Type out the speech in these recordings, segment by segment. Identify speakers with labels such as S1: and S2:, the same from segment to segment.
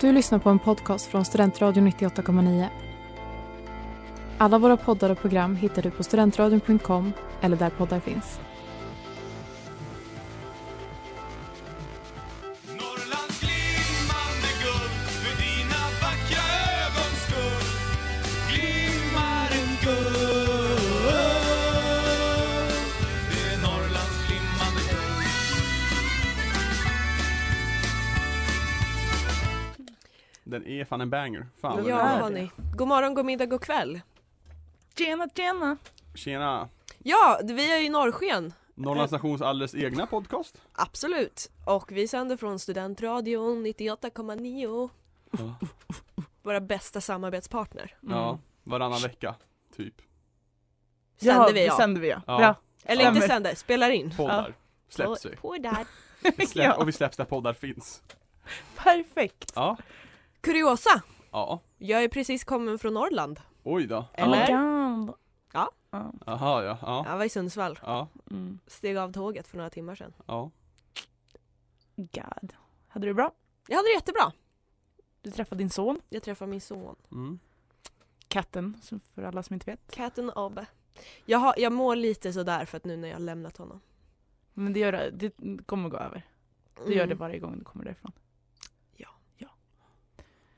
S1: Du lyssnar på en podcast från Studentradion 98,9. Alla våra poddar och program hittar du på studentradion.com eller där poddar finns.
S2: Norrlands glimmande guld för dina vackra ögons skull glimmar en guld. Det är Norrlands glimmande guld.
S3: Den är fan en banger. Fan vad
S4: Ja
S3: den är.
S4: hörni, god morgon, god middag, god kväll.
S5: Tjena, tjena!
S3: Tjena!
S4: Ja, vi är i norrsken.
S3: Norrlands stations alldeles egna podcast.
S4: Absolut. Och vi sänder från Studentradion 98,9.
S3: Ja.
S4: Våra bästa samarbetspartner.
S3: Ja, varannan vecka. Typ.
S4: Sänder
S5: ja,
S4: vi
S5: det
S4: ja.
S5: sänder vi ja.
S3: Ja.
S5: Bra.
S4: Eller
S5: Ja,
S4: inte
S5: men-
S4: sänder, spelar in.
S3: Poddar.
S4: På,
S3: Släpps vi.
S4: på där.
S3: Vi släpp-
S5: Ja.
S3: Och vi släpps där poddar finns.
S5: Perfekt.
S3: Ja.
S4: Kuriosa.
S3: Ja.
S4: Jag är precis kommen från Norrland.
S3: Oj då.
S4: Eller? Ja.
S5: Ja.
S3: Jaha ja. Ja.
S4: Jag var i Sundsvall.
S3: Ja.
S5: Mm.
S4: Steg av tåget för några timmar sedan.
S3: Ja.
S5: God. Hade du det bra?
S4: Jag hade det jättebra.
S5: Du träffade din son,
S4: Jag träffade min son.
S3: Mm.
S5: katten, som- för alla som inte vet.
S4: Katten Abbe. Jag, har, jag mår lite sådär för att nu när jag har lämnat honom.
S5: Men det, gör, det kommer gå över. Du gör det
S4: Mm.
S5: varje gång du kommer därifrån.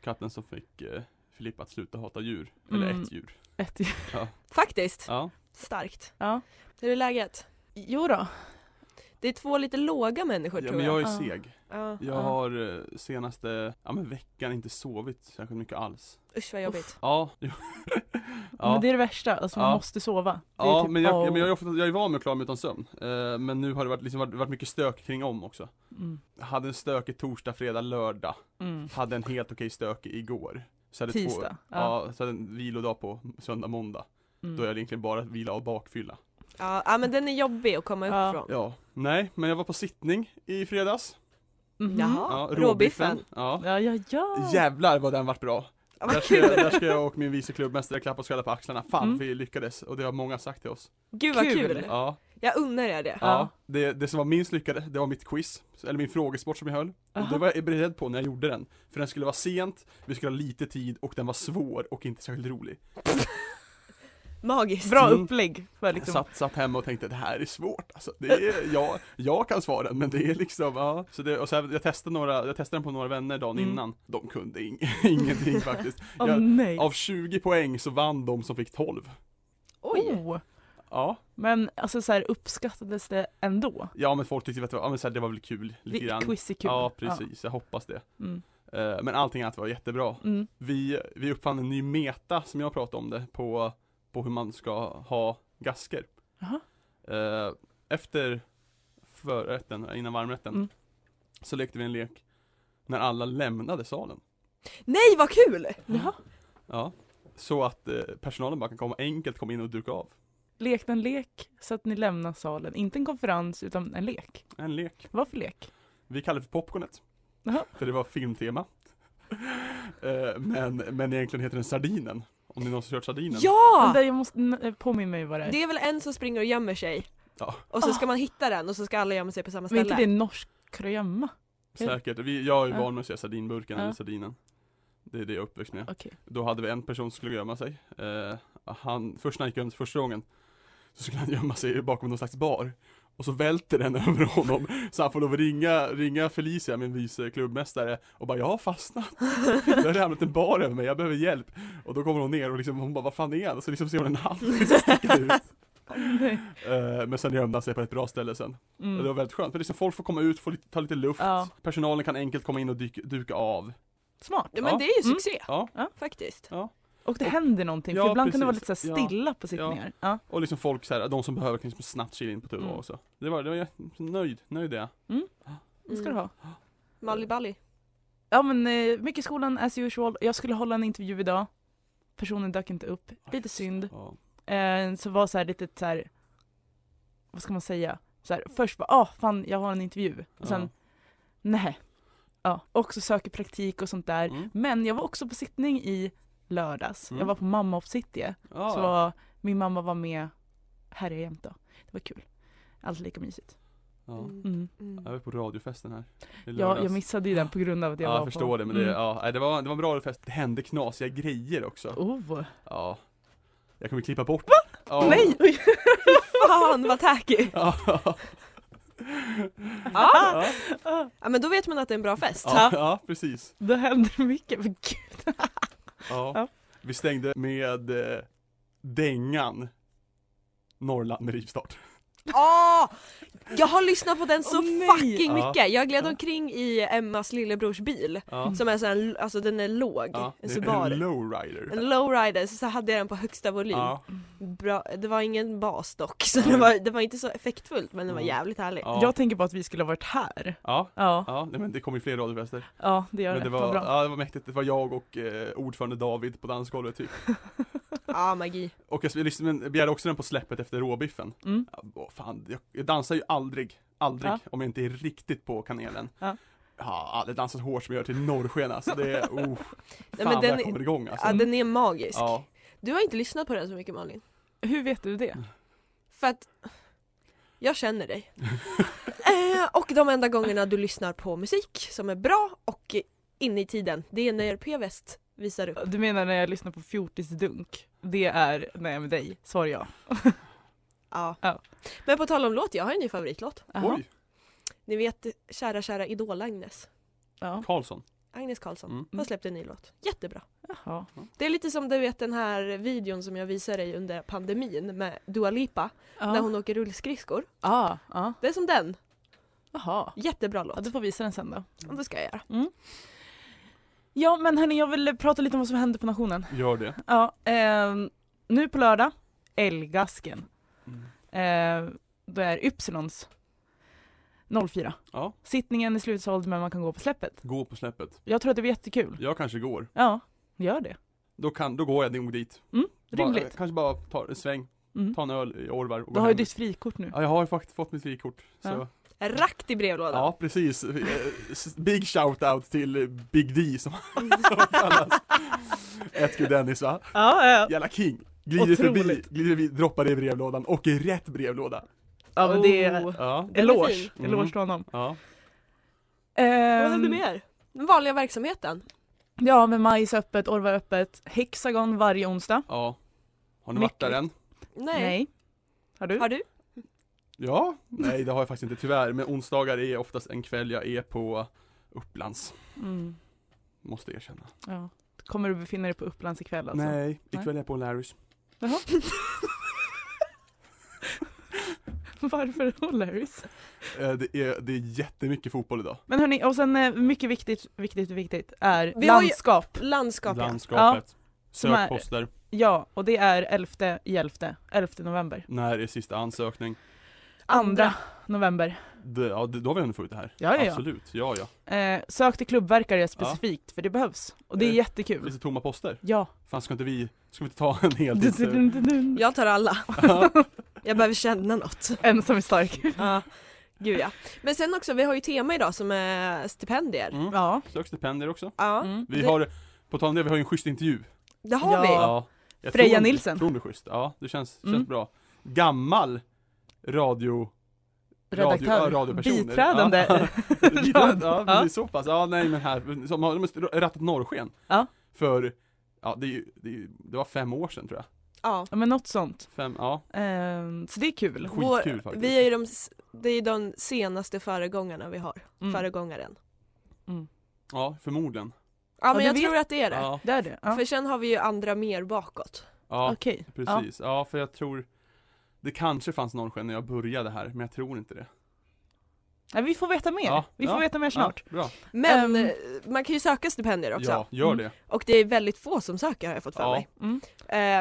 S3: Katten som fick eh, Filippa att sluta hata djur.
S5: Mm.
S3: Eller ett djur.
S5: Ett,
S4: Faktiskt.
S3: Ja.
S4: Starkt.
S5: ja.
S4: Hur är läget?
S5: Jo då.
S4: Det är två lite låga människor
S3: ja
S4: tror
S3: men jag
S4: jag.
S3: är
S5: jag.
S3: seg.
S4: Ja.
S3: Jag
S5: Ja.
S3: har eh, senaste, ja men veckan inte sovit särskilt mycket alls.
S4: Usch vad jobbigt.
S3: Ja. jo.
S5: Men det är det värsta, alltså man
S3: Ja.
S5: måste sova. Det är
S3: Ja,
S5: typ-
S3: men, jag, ja, men jag, är
S5: Åh.
S3: ofta, jag är van med att klara mig utan sömn. Eh, men nu har det varit, liksom, varit, varit mycket stök kring om också.
S5: Mm.
S3: Jag hade en stökig torsdag, fredag, lördag.
S5: Mm.
S3: Hade en helt okej stökig igår. Så hade Två,
S5: Tisdag.
S3: ja. så hade en vilodag på söndag, måndag.
S5: Mm.
S3: Då är det egentligen bara vila och bakfylla.
S4: Ja, ja men den är jobbig att komma upp
S5: Ja.
S4: från.
S3: Ja, nej, men jag var på sittning i fredags.
S5: Mhm.
S4: Jaha.
S3: Ja,
S4: råbiffen.
S3: Ja.
S5: Ja, ja, ja.
S3: Jävlar vad den vart bra!
S4: Ja,
S3: Där
S4: vad
S3: ska, jag, där
S4: kul!
S3: ska jag och min vice klubbmästare klappa oss själva på axlarna. Fan,
S5: Mm.
S3: vi lyckades! Och det har många sagt till oss.
S4: Gud vad
S5: Kul.
S4: kul!
S3: Ja,
S4: Jag unnar er det.
S3: Ja, det, det som var minst lyckade, det var mitt quiz, eller min frågesport som jag höll. Och
S5: Aha.
S3: det var jag beredd på när jag gjorde den. För den skulle vara sent, vi skulle ha lite tid och den var svår och inte särskilt rolig.
S4: Magiskt!
S5: Bra
S3: Mm.
S5: upplägg för
S3: Jag
S5: liksom.
S3: satt, satt hemma och tänkte det här är svårt alltså. det är, jag, jag kan svaren men det är liksom, ja. Så det, och så här, jag, testade några, jag testade den på några vänner dagen
S5: Mm.
S3: innan. De kunde ing- ingenting faktiskt.
S5: Åh
S3: Jag,
S5: nej.
S3: av 20 poäng så vann de som fick 12.
S4: Oj!
S5: Oh.
S3: Ja,
S5: Men alltså så här, uppskattades det ändå?
S3: ja men folk tyckte att det var, ja, men så här, det var väl kul lite
S5: Vi,
S3: grann.
S5: quiz är kul.
S3: Ja precis, jag hoppas det.
S5: Ja. Mm.
S3: Eh, Men allting annat var jättebra.
S5: Mm.
S3: Vi, vi uppfann en ny meta som jag pratade om det på, på hur man ska ha gasker.
S5: Jaha.
S3: Eh, efter förrätten, innan varmrätten,
S5: Mm.
S3: så lekte vi en lek när alla lämnade salen.
S4: Nej vad kul!
S5: Jaha.
S3: Ja. Så att eh, personalen bara kan komma enkelt komma in och duka av.
S5: Lekte en lek så att ni lämnar salen. Inte en konferens utan en lek.
S3: En lek.
S5: Vad för lek?
S3: Vi kallade det för Popcornet.
S5: Jaha.
S3: För det var filmtema. Eh, men, men egentligen heter den Sardinen. Om ni någonsin kört Sardinen.
S5: Men
S4: Ja!
S5: där jag måste, n- påminn mig vad det är.
S4: Det är väl en som springer och gömmer sig.
S3: Ja.
S4: Och så ska man hitta den och så ska alla gömma sig på samma
S5: Men inte
S4: ställe.
S5: det norsk krömma?
S3: Säkert. Vi, jag är ju
S5: Ja.
S3: van med att säga sardinburken
S5: Ja.
S3: eller sardinen. Det är det jag är uppväxt med.
S5: Okej.
S3: Då hade vi en person som skulle gömma sig. Eh, han, först när han gick gömde sig första gången så skulle han gömma sig bakom någon slags bar. Och så välter den över honom så han får lov att ringa, ringa Felicia, min vice klubbmästare och bara jag har fastnat. Det har ramlat en bar över mig, jag behöver hjälp. Och då kommer hon ner och liksom, hon bara vad fan är han? Och så liksom ser hon en hand som sticker ut.
S5: Nej.
S3: Eh, men sen gömde han sig på ett bra ställe sen. Och det var
S5: Mm.
S3: väldigt skönt, för liksom folk får komma ut, få lite, ta lite luft,
S5: Ja.
S3: personalen kan enkelt komma in och dyka, duka av.
S5: Smart.
S4: Ja men det är
S5: Mm.
S4: ju succé!
S3: Ja.
S4: Faktiskt.
S5: Och det händer någonting.
S3: Ja,
S5: för ibland kan det vara
S3: precis.
S5: lite så här
S3: Ja.
S5: stilla på sittningar. Ja.
S3: Och liksom folk så här, de som behöver kan liksom snabbt kila in på tuva
S5: Mm.
S3: och så. Det var, det var jag nöjd, nöjd är jag.
S5: Det
S4: Mm.
S5: ska du ha.
S4: Malli Balli.
S5: Ja men eh, mycket skolan as usual. Jag skulle hålla en intervju idag. Personen dök inte upp. Lite synd.
S3: Ja.
S5: Eh, så var så här lite så här. Vad ska man säga? Så här, först bara ah fan jag har en intervju. Och sen
S3: Ja.
S5: nej. Ja, också söker praktik och sånt där.
S3: Mm.
S5: Men jag var också på sittning i lördags.
S3: Mm.
S5: Jag var på mamma obsitie.
S3: Ja.
S5: Så var, min mamma var med här i jämt då. Det var kul. Allt lika mysigt.
S3: Ja.
S5: Mm.
S3: Jag var på radiofesten här i
S5: Ja, jag
S3: lördags.
S5: missade ju den på grund av att jag
S3: Ja,
S5: var
S3: jag förstår
S5: på... Mm.
S3: det men det, ja, nej, det, var, det var en bra fest, det hände knasiga grejer också.
S5: Oh.
S3: Ja. Jag kommer klippa bort Va? Ja.
S5: Nej! Ah! oj.
S4: Fan vad tacky!
S3: Ja.
S4: Ja.
S3: Ja.
S4: ja men då vet man att det är en bra fest.
S3: Ja, ja, precis.
S5: Det händer mycket, men gud.
S3: Ja.
S5: Ja.
S3: Vi stängde med eh, dängan Norrland med rivstart.
S4: Åh! Ah! Jag har lyssnat på den så
S5: Åh, nej.
S4: fucking
S3: Ja.
S4: mycket. Jag gled
S3: Ja.
S4: omkring i Emmas lillebrors bil
S5: Mm.
S3: Ja.
S4: som är så här, alltså den är låg,
S3: Ja,
S4: en
S3: det är
S4: Subaru.
S3: en
S4: En,
S3: lowrider.
S4: lowrider, så, så hade jag den på högsta volym.
S3: Ja,
S4: Bra, det var ingen bas dock, så
S3: Nej.
S4: det, var, det var inte så effektfullt men det var
S3: Mm.
S4: jävligt härligt.
S3: ja,
S5: Jag tänker på att vi skulle ha varit här.
S3: ja,
S5: Ja,
S3: ja, nej, men det kom ju fler radiofester.
S5: ja det gör
S3: Men
S5: det.
S3: det
S5: Vad
S3: var,
S5: bra.
S3: ja, det var mäktigt, det var jag och eh, ordförande David på dansgolvet typ.
S4: Ja, magi.
S3: Och jag lyssnade, men jag begärde också den på släppet efter råbiffen.
S5: Mm.
S3: Ja, åh, fan, jag, jag dansar ju aldrig, aldrig,
S5: Ja.
S3: om jag inte är riktigt på kanelen.
S5: Ja.
S3: Jag har aldrig dansat hårt som jag gör till norrsken alltså, det är, oh, fan
S4: men
S3: vad
S4: den
S3: jag
S4: är-
S3: kommer igång alltså.
S4: Ja, den är magisk.
S3: Ja,
S4: Du har inte lyssnat på den så mycket Malin.
S5: Hur vet du det?
S4: För att jag känner dig. eh, och de enda gångerna du lyssnar på musik som är bra och inne i tiden, det är när P-väst visar upp.
S5: Du menar när jag lyssnar på Fjortisdunk? Det är när jag är med dig, svarar jag.
S4: Ja.
S5: Ja.
S4: Men på tal om låt, jag har en ny favoritlåt.
S5: Aha.
S3: oj,
S4: Ni vet kära kära Idol-Agnes.
S5: Ja.
S3: Karlsson.
S4: Agnes Karlsson
S3: Mm.
S4: har släppt en ny låt. Jättebra.
S5: Jaha.
S4: Det är lite som du vet den här videon som jag visade dig under pandemin med Dua Lipa
S5: Ja.
S4: när hon åker rullskridskor.
S5: Ja, ja.
S4: Det är som den.
S5: Jaha.
S4: Jättebra
S5: Ja,
S4: låt.
S5: du får visa den sen då.
S4: Det ska jag göra.
S5: Ja men hörni jag vill prata lite om vad som hände på nationen.
S3: Gör det.
S5: Ja, ehm, nu på lördag, Älgasken.
S3: Mm.
S5: Eh, då är Ypsilons 04.
S3: Ja.
S5: Sittningen är slutsåld men man kan gå på släppet.
S3: Gå på släppet.
S5: Jag tror att det blir jättekul.
S3: Jag kanske går.
S5: Ja, gör det.
S3: Då, kan, då går jag nog dit. Bara- eh,
S5: Rimligt.
S3: kanske bara tar en sväng,
S5: Mm.
S3: ta en öl i Orvar och
S5: Du
S3: gå
S5: har ju
S3: hem.
S5: ditt frikort nu.
S3: Ja, jag har faktiskt fått mitt frikort. Så.
S5: Ja.
S4: Rakt i brevlådan.
S3: Ja precis, Eh, s- big shout-out till eh, Big D som som han kallas. Ett gud Dennis va?
S5: Ja, ja.
S3: Jävla king! Glider förbi,
S5: Otroligt.
S3: glider förbi, droppar i brevlådan och i rätt brevlåda.
S5: ja men det är
S4: Oh.
S3: Ja.
S4: Den är
S5: eloge.
S4: fin.
S3: Mm.
S5: Eloge till honom.
S3: Ja.
S4: Vad
S5: Um,
S4: händer mer? Den vanliga verksamheten.
S5: ja men majs öppet, Orvar öppet, Hexagon varje onsdag.
S3: ja. Har ni varit
S5: Mycket.
S3: där än?
S4: Nej.
S5: Har du?
S4: Har du?
S3: Ja. Nej det har jag faktiskt inte tyvärr, men onsdagar är oftast en kväll jag är på Upplands.
S5: Mm.
S3: Måste erkänna.
S5: Ja. Kommer du befinna dig på Upplands ikväll alltså?
S3: Nej, ikväll är jag på Larrys.
S5: Jaha. Varför O'Larrys?
S3: Eh, Det är, det är jättemycket fotboll idag.
S5: Men hörni, och sen eh, mycket viktigt, viktigt, viktigt är
S4: Vi har ju-
S5: landskap.
S4: Landskap ja.
S3: Landskapet.
S5: Som är-
S3: Sökposter.
S5: Ja, och det är 11 i 11, 11 november.
S3: När är sista ansökning?
S5: Andra november.
S3: Det, ja, det, då har vi hunnit få ut det här.
S5: Ja, ja, ja.
S3: Absolut, ja ja.
S5: Eh, sök till klubbverkare specifikt, för det behövs. Och det är
S3: Eh,
S5: jättekul.
S3: Finns det tomma poster?
S5: Ja.
S3: Fan ska inte vi, ska vi inte ta en hel tids...
S4: Jag tar alla. Jag behöver känna något.
S5: Ensam är stark.
S4: Ja. Gud ja. Men sen också, vi har ju tema idag som är stipendier.
S3: Mm.
S5: Ja.
S3: Sök stipendier också.
S4: Ja,
S5: Mm.
S3: Vi
S4: Det-
S3: har, på tal om det, vi har ju en schysst intervju.
S4: det har
S5: Ja.
S4: vi.
S3: Jag
S5: Freja
S3: tror,
S5: Nilsson.
S3: Jag tror det är schysst, ja det känns,
S5: Mm.
S3: känns bra. Gammal radio...
S5: Redaktör.
S3: radio, ja, radiopersoner.
S5: Biträdande.
S3: Ja, Biträdande, ja
S5: Ja.
S3: precis så pass. Ja nej men här, som har, de har rattat norrsken.
S5: Ja.
S3: För, ja det, är ju- det, är ju- det var fem år sedan tror jag.
S4: Ja.
S5: Ja, men något sånt.
S3: Fem, ja.
S5: Ehm, så det är kul.
S3: Skitkul
S4: Vår-
S3: faktiskt.
S4: Vi är ju de, s- det är ju de senaste föregångarna vi har.
S5: Mm.
S4: Föregångaren.
S3: Ja, förmodligen.
S4: Ja men
S5: det
S4: jag
S5: vet-
S4: tror att det är det.
S3: Ja,
S5: Det är det? Ja.
S4: För sen har vi ju andra mer bakåt.
S3: ja
S5: Okej. Ja.
S3: precis. Ja. för jag tror det kanske fanns norrsken när jag började här, men jag tror inte det.
S5: Nej, vi får veta mer.
S3: Ja,
S5: Vi får
S3: ja,
S5: veta mer snart.
S3: Ja, bra.
S4: Men
S5: Ehm.
S4: eh, man kan ju söka stipendier också.
S3: Ja, gör
S5: Mm.
S3: det.
S4: Och det är väldigt få som söker har jag fått för
S3: Ja.
S4: mig.
S5: Mm.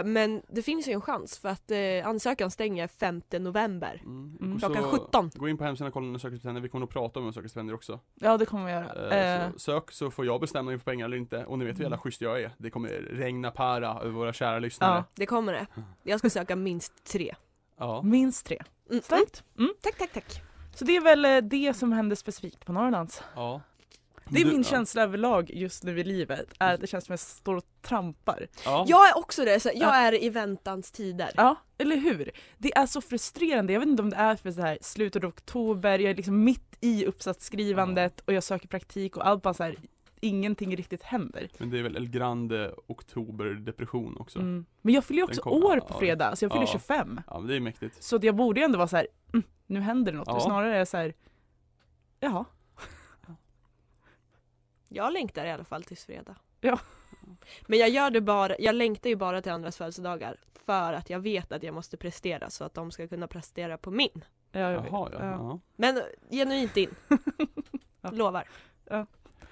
S4: Eh, men det finns ju en chans för att eh, ansökan stänger 5 november.
S3: Mm.
S5: Mm.
S3: Och
S4: Klockan
S3: så
S4: 17.
S3: Gå in på hemsidan och kolla när söker stipendier, vi kommer nog prata om hur söker stipendier också.
S5: Ja det kommer vi
S3: Eh,
S5: göra. Eh, Mm.
S3: Så sök så får jag bestämma om jag får pengar eller inte, och ni vet hur jävla schysst jag är. Det kommer regna para över våra kära lyssnare.
S4: Det kommer det. Jag ska söka minst tre.
S3: Ja.
S5: Minst tre.
S4: Mm.
S5: Starkt. Mm.
S4: Tack, tack, tack.
S5: Så det är väl eh, det som hände specifikt på Norrlands.
S3: ja.
S5: Det är
S3: Du-
S5: min
S3: ja.
S5: känsla överlag just nu i livet, är att det känns som jag står och trampar.
S3: Ja.
S4: Jag är också det, så jag
S5: Ja.
S4: är i väntans tider.
S5: Ja, eller hur? Det är så frustrerande, jag vet inte om det är för så här slutet av oktober, jag är liksom mitt i uppsatsskrivandet och jag söker praktik och allt bara så här, ingenting riktigt händer.
S3: Men det är väl El Grande Oktoberdepression också.
S5: Mm. Men jag fyller ju också
S3: Den kommer,
S5: år
S3: ja,
S5: på
S3: ja.
S5: fredag, så jag fyller
S3: Ja.
S5: 25.
S3: Ja men det är mäktigt.
S5: Så att jag borde ju ändå vara så här, mm, nu händer det något.
S3: Ja.
S5: Och snarare är jag så här, jaha.
S4: Jag längtar i alla fall tills fredag.
S5: Ja.
S4: Men jag gör det bara, jag längtar ju bara till andras födelsedagar för att jag vet att jag måste prestera så att de ska kunna prestera på min.
S5: Ja, jag vet.
S3: Jaha ja. ja.
S4: Men genuint din.
S5: Ja.
S4: Lovar.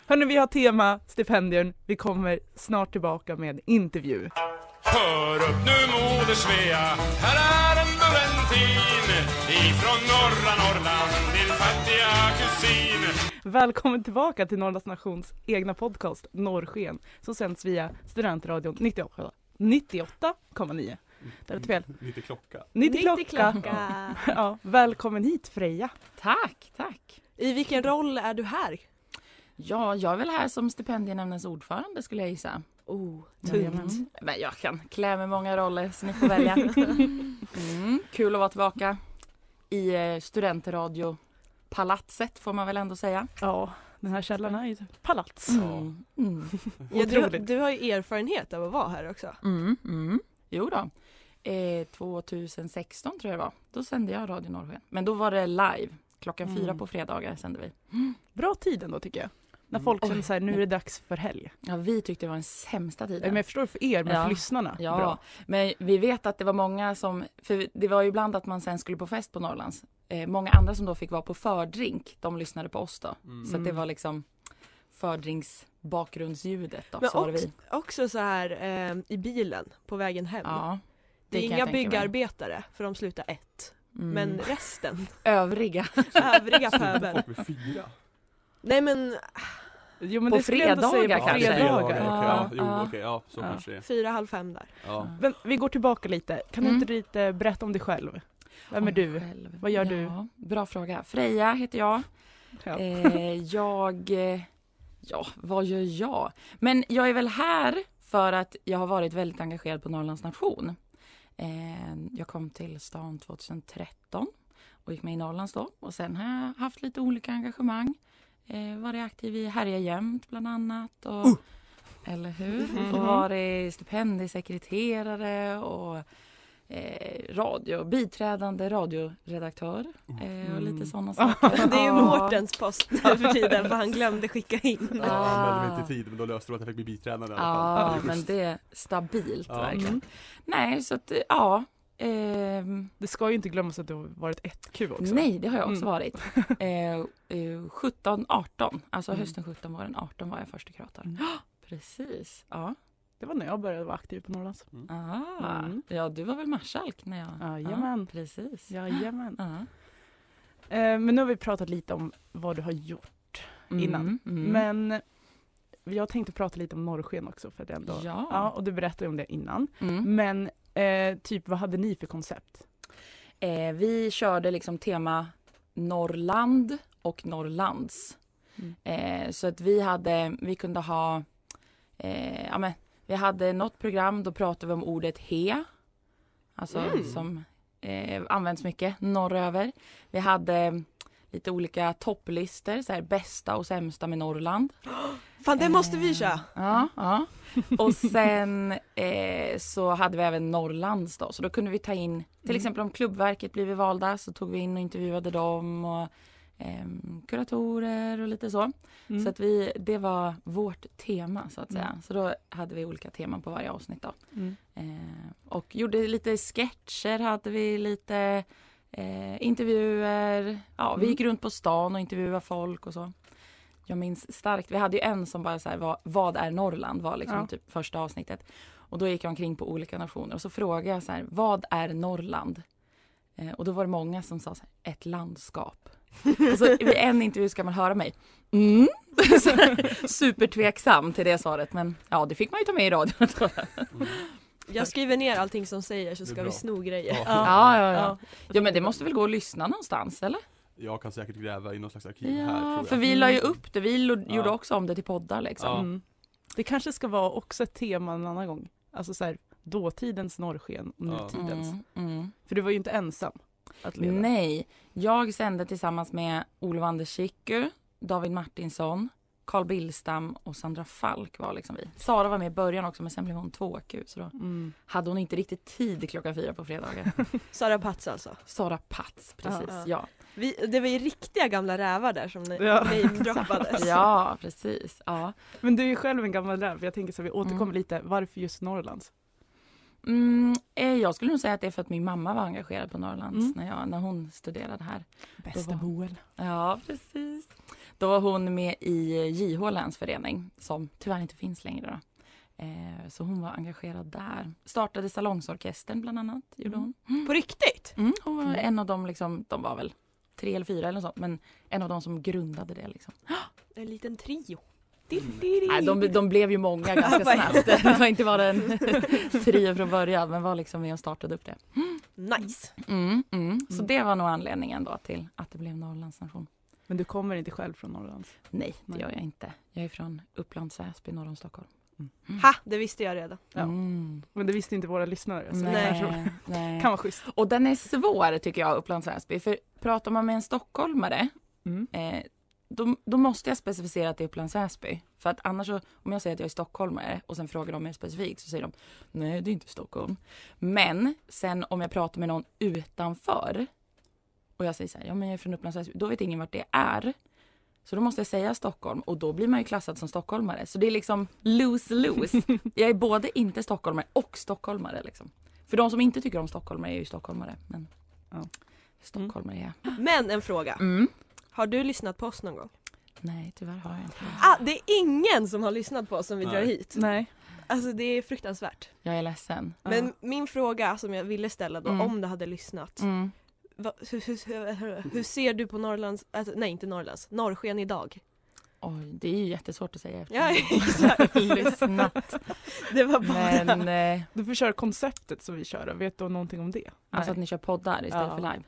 S5: Hörni, vi har tema stipendier. Vi kommer snart tillbaka med intervju.
S2: Hör upp nu moder Svea, här är en Burentin Ifrån norra Norrland, din fattiga kusin
S5: Välkommen tillbaka till Norrlands Nations egna podcast Norrsken som sänds via Studentradion 98 98,9. Det är fel.
S3: Mm, Lite klocka.
S5: 90 klocka.
S4: klocka.
S5: Ja, välkommen hit Freja.
S6: Tack, tack.
S4: I vilken roll är du här?
S6: Ja, jag är väl här som stipendienämndens ordförande skulle jag gissa.
S4: Oh,
S6: Jajamän. Men jag kan klä mig i många roller så ni får välja. Mm, kul att vara tillbaka i eh, studentradiopalatset får man väl ändå säga.
S5: Ja, den här källaren är ju ett palats.
S6: Mm. Mm.
S4: Ja, du,
S5: Otroligt.
S4: du har ju erfarenhet av att vara här också.
S6: Mm. Mm. Jo då. Eh, 2016 tror jag det var. Då sände jag Radio Norrsken. Men då var det live. Klockan fyra
S5: Mm.
S6: på fredagar sände vi.
S5: Bra tid ändå tycker jag. När folk
S6: Oj.
S5: känner så här, nu är det dags för helg.
S6: Ja, vi tyckte det var den sämsta tiden.
S5: Men jag förstår för er, men
S6: Ja.
S5: för lyssnarna.
S6: Ja,
S5: Bra.
S6: men vi vet att det var många som, för det var ju ibland att man sen skulle på fest på Norrlands. Eh, många andra som då fick vara på fördrink, de lyssnade på oss då.
S3: Mm.
S6: Så att det
S5: Mm.
S6: var liksom fördrinksbakgrundsljudet då,
S4: Men
S6: så var det
S4: också,
S6: vi.
S4: också så här eh, i bilen på vägen hem.
S6: Ja,
S4: det är
S6: det kan
S4: inga
S6: jag tänka mig.
S4: byggarbetare för de slutar ett.
S6: mm.
S4: Men resten,
S6: övriga.
S4: övriga
S3: Slutar
S4: pöbeln.
S3: folk vid fyra?
S4: Nej men
S5: Jo, men
S6: På
S5: det skulle jag ändå säga,
S6: fredagar
S5: på
S6: kanske.
S5: fredagar.
S3: okej.
S6: Ja,
S3: Ja, jo
S6: ja.
S3: okej, ja så
S5: Ja.
S3: kanske det är.
S4: fyra, halv fem där.
S3: Ja.
S5: Men vi går tillbaka lite. Kan du
S6: Mm.
S5: inte lite berätta om dig själv? Vem är
S6: Om
S5: du?
S6: själv.
S5: Vad gör
S6: ja,
S5: du?
S6: Bra fråga. Freja heter jag.
S5: Ja.
S6: Eh, jag, eh, ja vad gör jag? Men jag är väl här för att jag har varit väldigt engagerad på Norrlands nation. Eh, jag kom till stan 2013 och gick med i Norrlands då och sen har jag haft lite olika engagemang. Eh, varit aktiv i Härja jämt bland annat. Och, Eller
S4: Mm-hmm.
S6: hur? Och varit stipendiesekreterare och eh, radio, biträdande radioredaktör eh, och lite sådana saker.
S4: Mm. Det är ju
S6: Ja.
S4: Mårtens post nu för tiden för han glömde skicka in.
S3: Ja, han anmälde mig
S6: Ah.
S3: inte i tid men då löste de att jag fick bli biträdande i alla fall.
S6: Ja, men det är stabilt
S3: Ja.
S6: verkligen.
S5: Mm.
S6: Nej, så att eh, ja. ehm,
S5: Det ska ju inte glömmas att du har varit 1Q också.
S6: nej, det har jag också
S5: Mm.
S6: varit. Eh, eh, 17, 18, alltså
S5: Mm.
S6: hösten 17, våren 18 var jag första kratar.
S5: Mm.
S6: Precis, ja.
S5: Det var när jag började vara aktiv på Norrlands.
S6: Ah.
S5: Mm.
S6: Ja, du var väl marskalk när jag...
S5: Jajamän.
S6: precis.
S5: Jajamän.
S6: Ja.
S5: Eh, men nu har vi pratat lite om vad du har gjort.
S6: Mm,
S5: Innan.
S6: mm.
S5: Men jag tänkte prata lite om norrsken också. För att jag ändå...
S6: Ja.
S5: ja, och du berättade ju om det innan.
S6: Mm.
S5: Men eh, typ vad hade ni för koncept?
S6: Eh, vi körde liksom tema Norrland och Norrlands.
S5: Mm.
S6: Eh, så att vi hade, vi kunde ha, eh, ja men vi hade något program då pratade vi om ordet he. Alltså
S4: Mm.
S6: som eh, används mycket norröver. Vi hade lite olika topplistor, så här bästa och sämsta med Norrland.
S4: Fan det måste vi
S6: Eh,
S4: köra!
S6: Ja, ja. Och sen eh, så hade vi även Norrlands då, så då kunde vi ta in till exempel om Klubbverket blivit valda så tog vi in och intervjuade dem och ehm, kuratorer och lite så.
S5: Mm.
S6: Så att vi, det var vårt tema så att säga. Så då hade vi olika teman på varje avsnitt då.
S5: Mm.
S6: Eh, och gjorde lite sketcher, hade vi lite eh, intervjuer. Ja, vi
S5: Mm.
S6: gick runt på stan och intervjuade folk och så. Jag minns starkt, vi hade ju en som bara så här, vad, vad är Norrland? var liksom
S5: Ja.
S6: typ första avsnittet. Och då gick jag omkring på olika nationer och så frågade jag så här, vad är Norrland? Eh, och då var det många som sa så här, ett landskap. Och så vid en intervju ska man höra mig, mm. Så här, supertveksam till det svaret men ja det fick man ju ta med i radion.
S3: Mm.
S6: Eh.
S4: Jag skriver ner allting som säger
S3: Det
S4: så
S3: är
S4: ska
S3: bra.
S4: vi sno grejer.
S3: Ja.
S6: Ja, ja, ja. Ja men det måste väl gå att lyssna någonstans eller?
S3: jag kan säkert gräva i någon slags arkiv här tror
S6: Ja,
S3: jag.
S6: för vi la ju upp det. Vi lo-
S3: Ja.
S6: gjorde också om det till poddar liksom.
S3: Ja.
S5: Mm. Det kanske ska vara också ett tema en annan gång. Alltså så här, dåtidens norrsken och
S3: Ja.
S5: nutidens.
S6: Mm, mm.
S5: För du var ju inte ensam att leda.
S6: Nej, jag sände tillsammans med Olof Andersicku, David Martinsson, Carl Billstam och Sandra Falk var liksom vi. Sara var med i början också men sen blev hon 2Q så då
S5: Mm.
S6: hade hon inte riktigt tid klockan fyra på fredagar.
S4: Sara Patz alltså.
S6: Sara Patz, precis.
S4: Ja.
S6: Ja,
S4: Vi, det var ju riktiga gamla rävar där som ni
S5: Ja.
S4: namedroppades.
S6: ja precis. Ja.
S5: Men du är ju själv en gammal räv. Jag tänker så här, vi återkommer
S6: Mm.
S5: lite. Varför just Norrlands?
S6: Mm, eh, jag skulle nog säga att det är för att min mamma var engagerad på Norrlands
S5: Mm.
S6: när, jag, när hon studerade här. Bästa
S5: Boel.
S6: Ja, precis. Då var hon med i JH länsförening som tyvärr inte finns längre. Då. Eh, så hon var engagerad där. Startade Salongsorkestern bland annat. Gjorde hon.
S4: På riktigt?
S6: Mm, hon var en av dem, liksom, de var väl tre eller fyra eller något sånt, men en av dem som grundade det. Liksom.
S4: En liten trio.
S6: Nej, de, de blev ju många ganska snabbt. Det var inte bara en trio från början, men var liksom med och startade upp det.
S4: Nice.
S6: Mm, mm. Så det var nog anledningen då till att det blev Norrlandsnation.
S5: Men du kommer inte själv från Norrlands.
S6: Nej, det
S5: Nej.
S6: gör jag inte. Jag är från Upplands Väsby norr om Stockholm.
S4: Ha, det visste jag redan.
S5: Ja.
S6: Mm.
S5: Men det visste inte våra lyssnare.
S6: Alltså,
S5: Så
S4: Nej.
S5: Det kanske
S6: nej.
S5: kan vara schysst.
S6: Och den är svår tycker jag, Upplands Väsby. För pratar man med en stockholmare,
S5: Mm.
S6: eh, då, då måste jag specificera att det är Upplands Väsby. För att annars, så, om jag säger att jag är stockholmare och sen frågar de mer specifikt så säger de nej, det är inte Stockholm. Men sen om jag pratar med någon utanför och jag säger så här, ja men jag är från Upplands Väsby, då vet ingen vart det är. Så då måste jag säga Stockholm och då blir man ju klassad som stockholmare. Så det är liksom lose-lose. jag är både inte stockholmare och stockholmare liksom. För de som inte tycker om stockholmare är ju stockholmare. Men
S5: Ja.
S6: stockholmare är jag.
S4: Men en fråga.
S6: Mm.
S4: Har du lyssnat på oss någon gång?
S6: Nej, tyvärr har jag inte det.
S4: Ah, det är ingen som har lyssnat på oss som vi
S3: Nej.
S4: drar hit.
S5: Nej.
S4: Alltså det är fruktansvärt.
S6: Jag är ledsen.
S4: Men min fråga som jag ville ställa då,
S6: Mm.
S4: om du hade lyssnat.
S6: Mm.
S4: Va, hur, hur, hur ser du på Norrlands, alltså, nej inte Norrlands, norrsken idag?
S6: Oj, det är ju jättesvårt att säga efter
S4: Ja,
S6: att jag har lyssnat.
S4: Det var bara...
S6: Men eh,
S5: Du får köra konceptet som vi kör. då. Vet du någonting om det?
S6: alltså att ni kör poddar istället
S5: Ja.
S6: för live.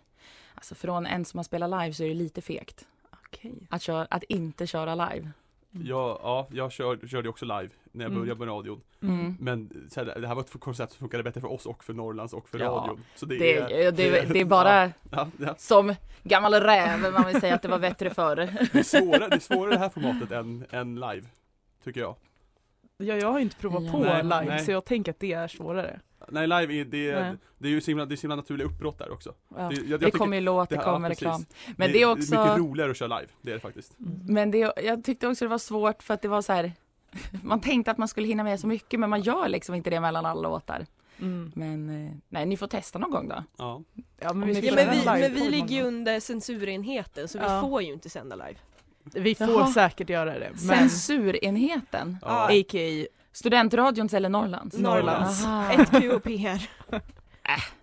S6: Alltså från en som har spelat live så är det lite fegt
S5: Okej.
S6: att, köra, att inte köra live.
S3: Jag, ja, jag kör, körde också live när jag
S5: Mm.
S3: började med radion.
S6: Mm.
S3: Men så här, det här var ett koncept som funkade bättre för oss och för Norrlands och för
S6: Ja,
S3: radion. Så det,
S6: Det,
S3: är,
S6: är- det, är- det är bara
S3: ja, ja.
S6: som gammal räv man vill säga att det var bättre förr.
S3: Det, är svårare, det är svårare det här formatet än, än live. Tycker jag.
S5: Ja, jag har ju inte provat
S6: Ja.
S5: på
S3: Nej,
S5: live
S3: nej.
S5: så jag tänker att det är svårare.
S3: Nej live är
S5: Nej.
S3: det, det är ju så himla, det är så himla naturliga uppbrott där också.
S5: Ja.
S3: jag- jag
S6: Det
S3: tycker-
S6: kommer ju låt, det
S3: ja,
S6: kommer
S3: precis.
S6: reklam. Men det är
S3: mycket
S6: också,
S3: roligare att köra live, det är det faktiskt.
S5: Mm.
S6: men det, jag tyckte också det var svårt för att det var så här, man tänkte att man skulle hinna med så mycket men man gör liksom inte det mellan alla låtar.
S5: Mm.
S6: Men eh, nej, ni får testa någon gång då.
S3: Ja.
S5: Ja, men
S6: Om
S5: vi,
S6: ni
S5: ska
S4: Ja,
S5: köra
S4: men
S5: en
S4: vi, men vi
S5: livepodd
S4: ligger ju
S5: någon
S4: under censurenheten så vi
S5: Ja.
S4: får ju inte sända live.
S5: gång. Vi får
S6: Jaha.
S5: säkert göra det. Men
S6: Censurenheten?
S3: Ja.
S5: a.k.a.
S6: Studentradions eller Norrlands?
S5: Norrlands.
S6: Aha.
S4: 1Q och PR.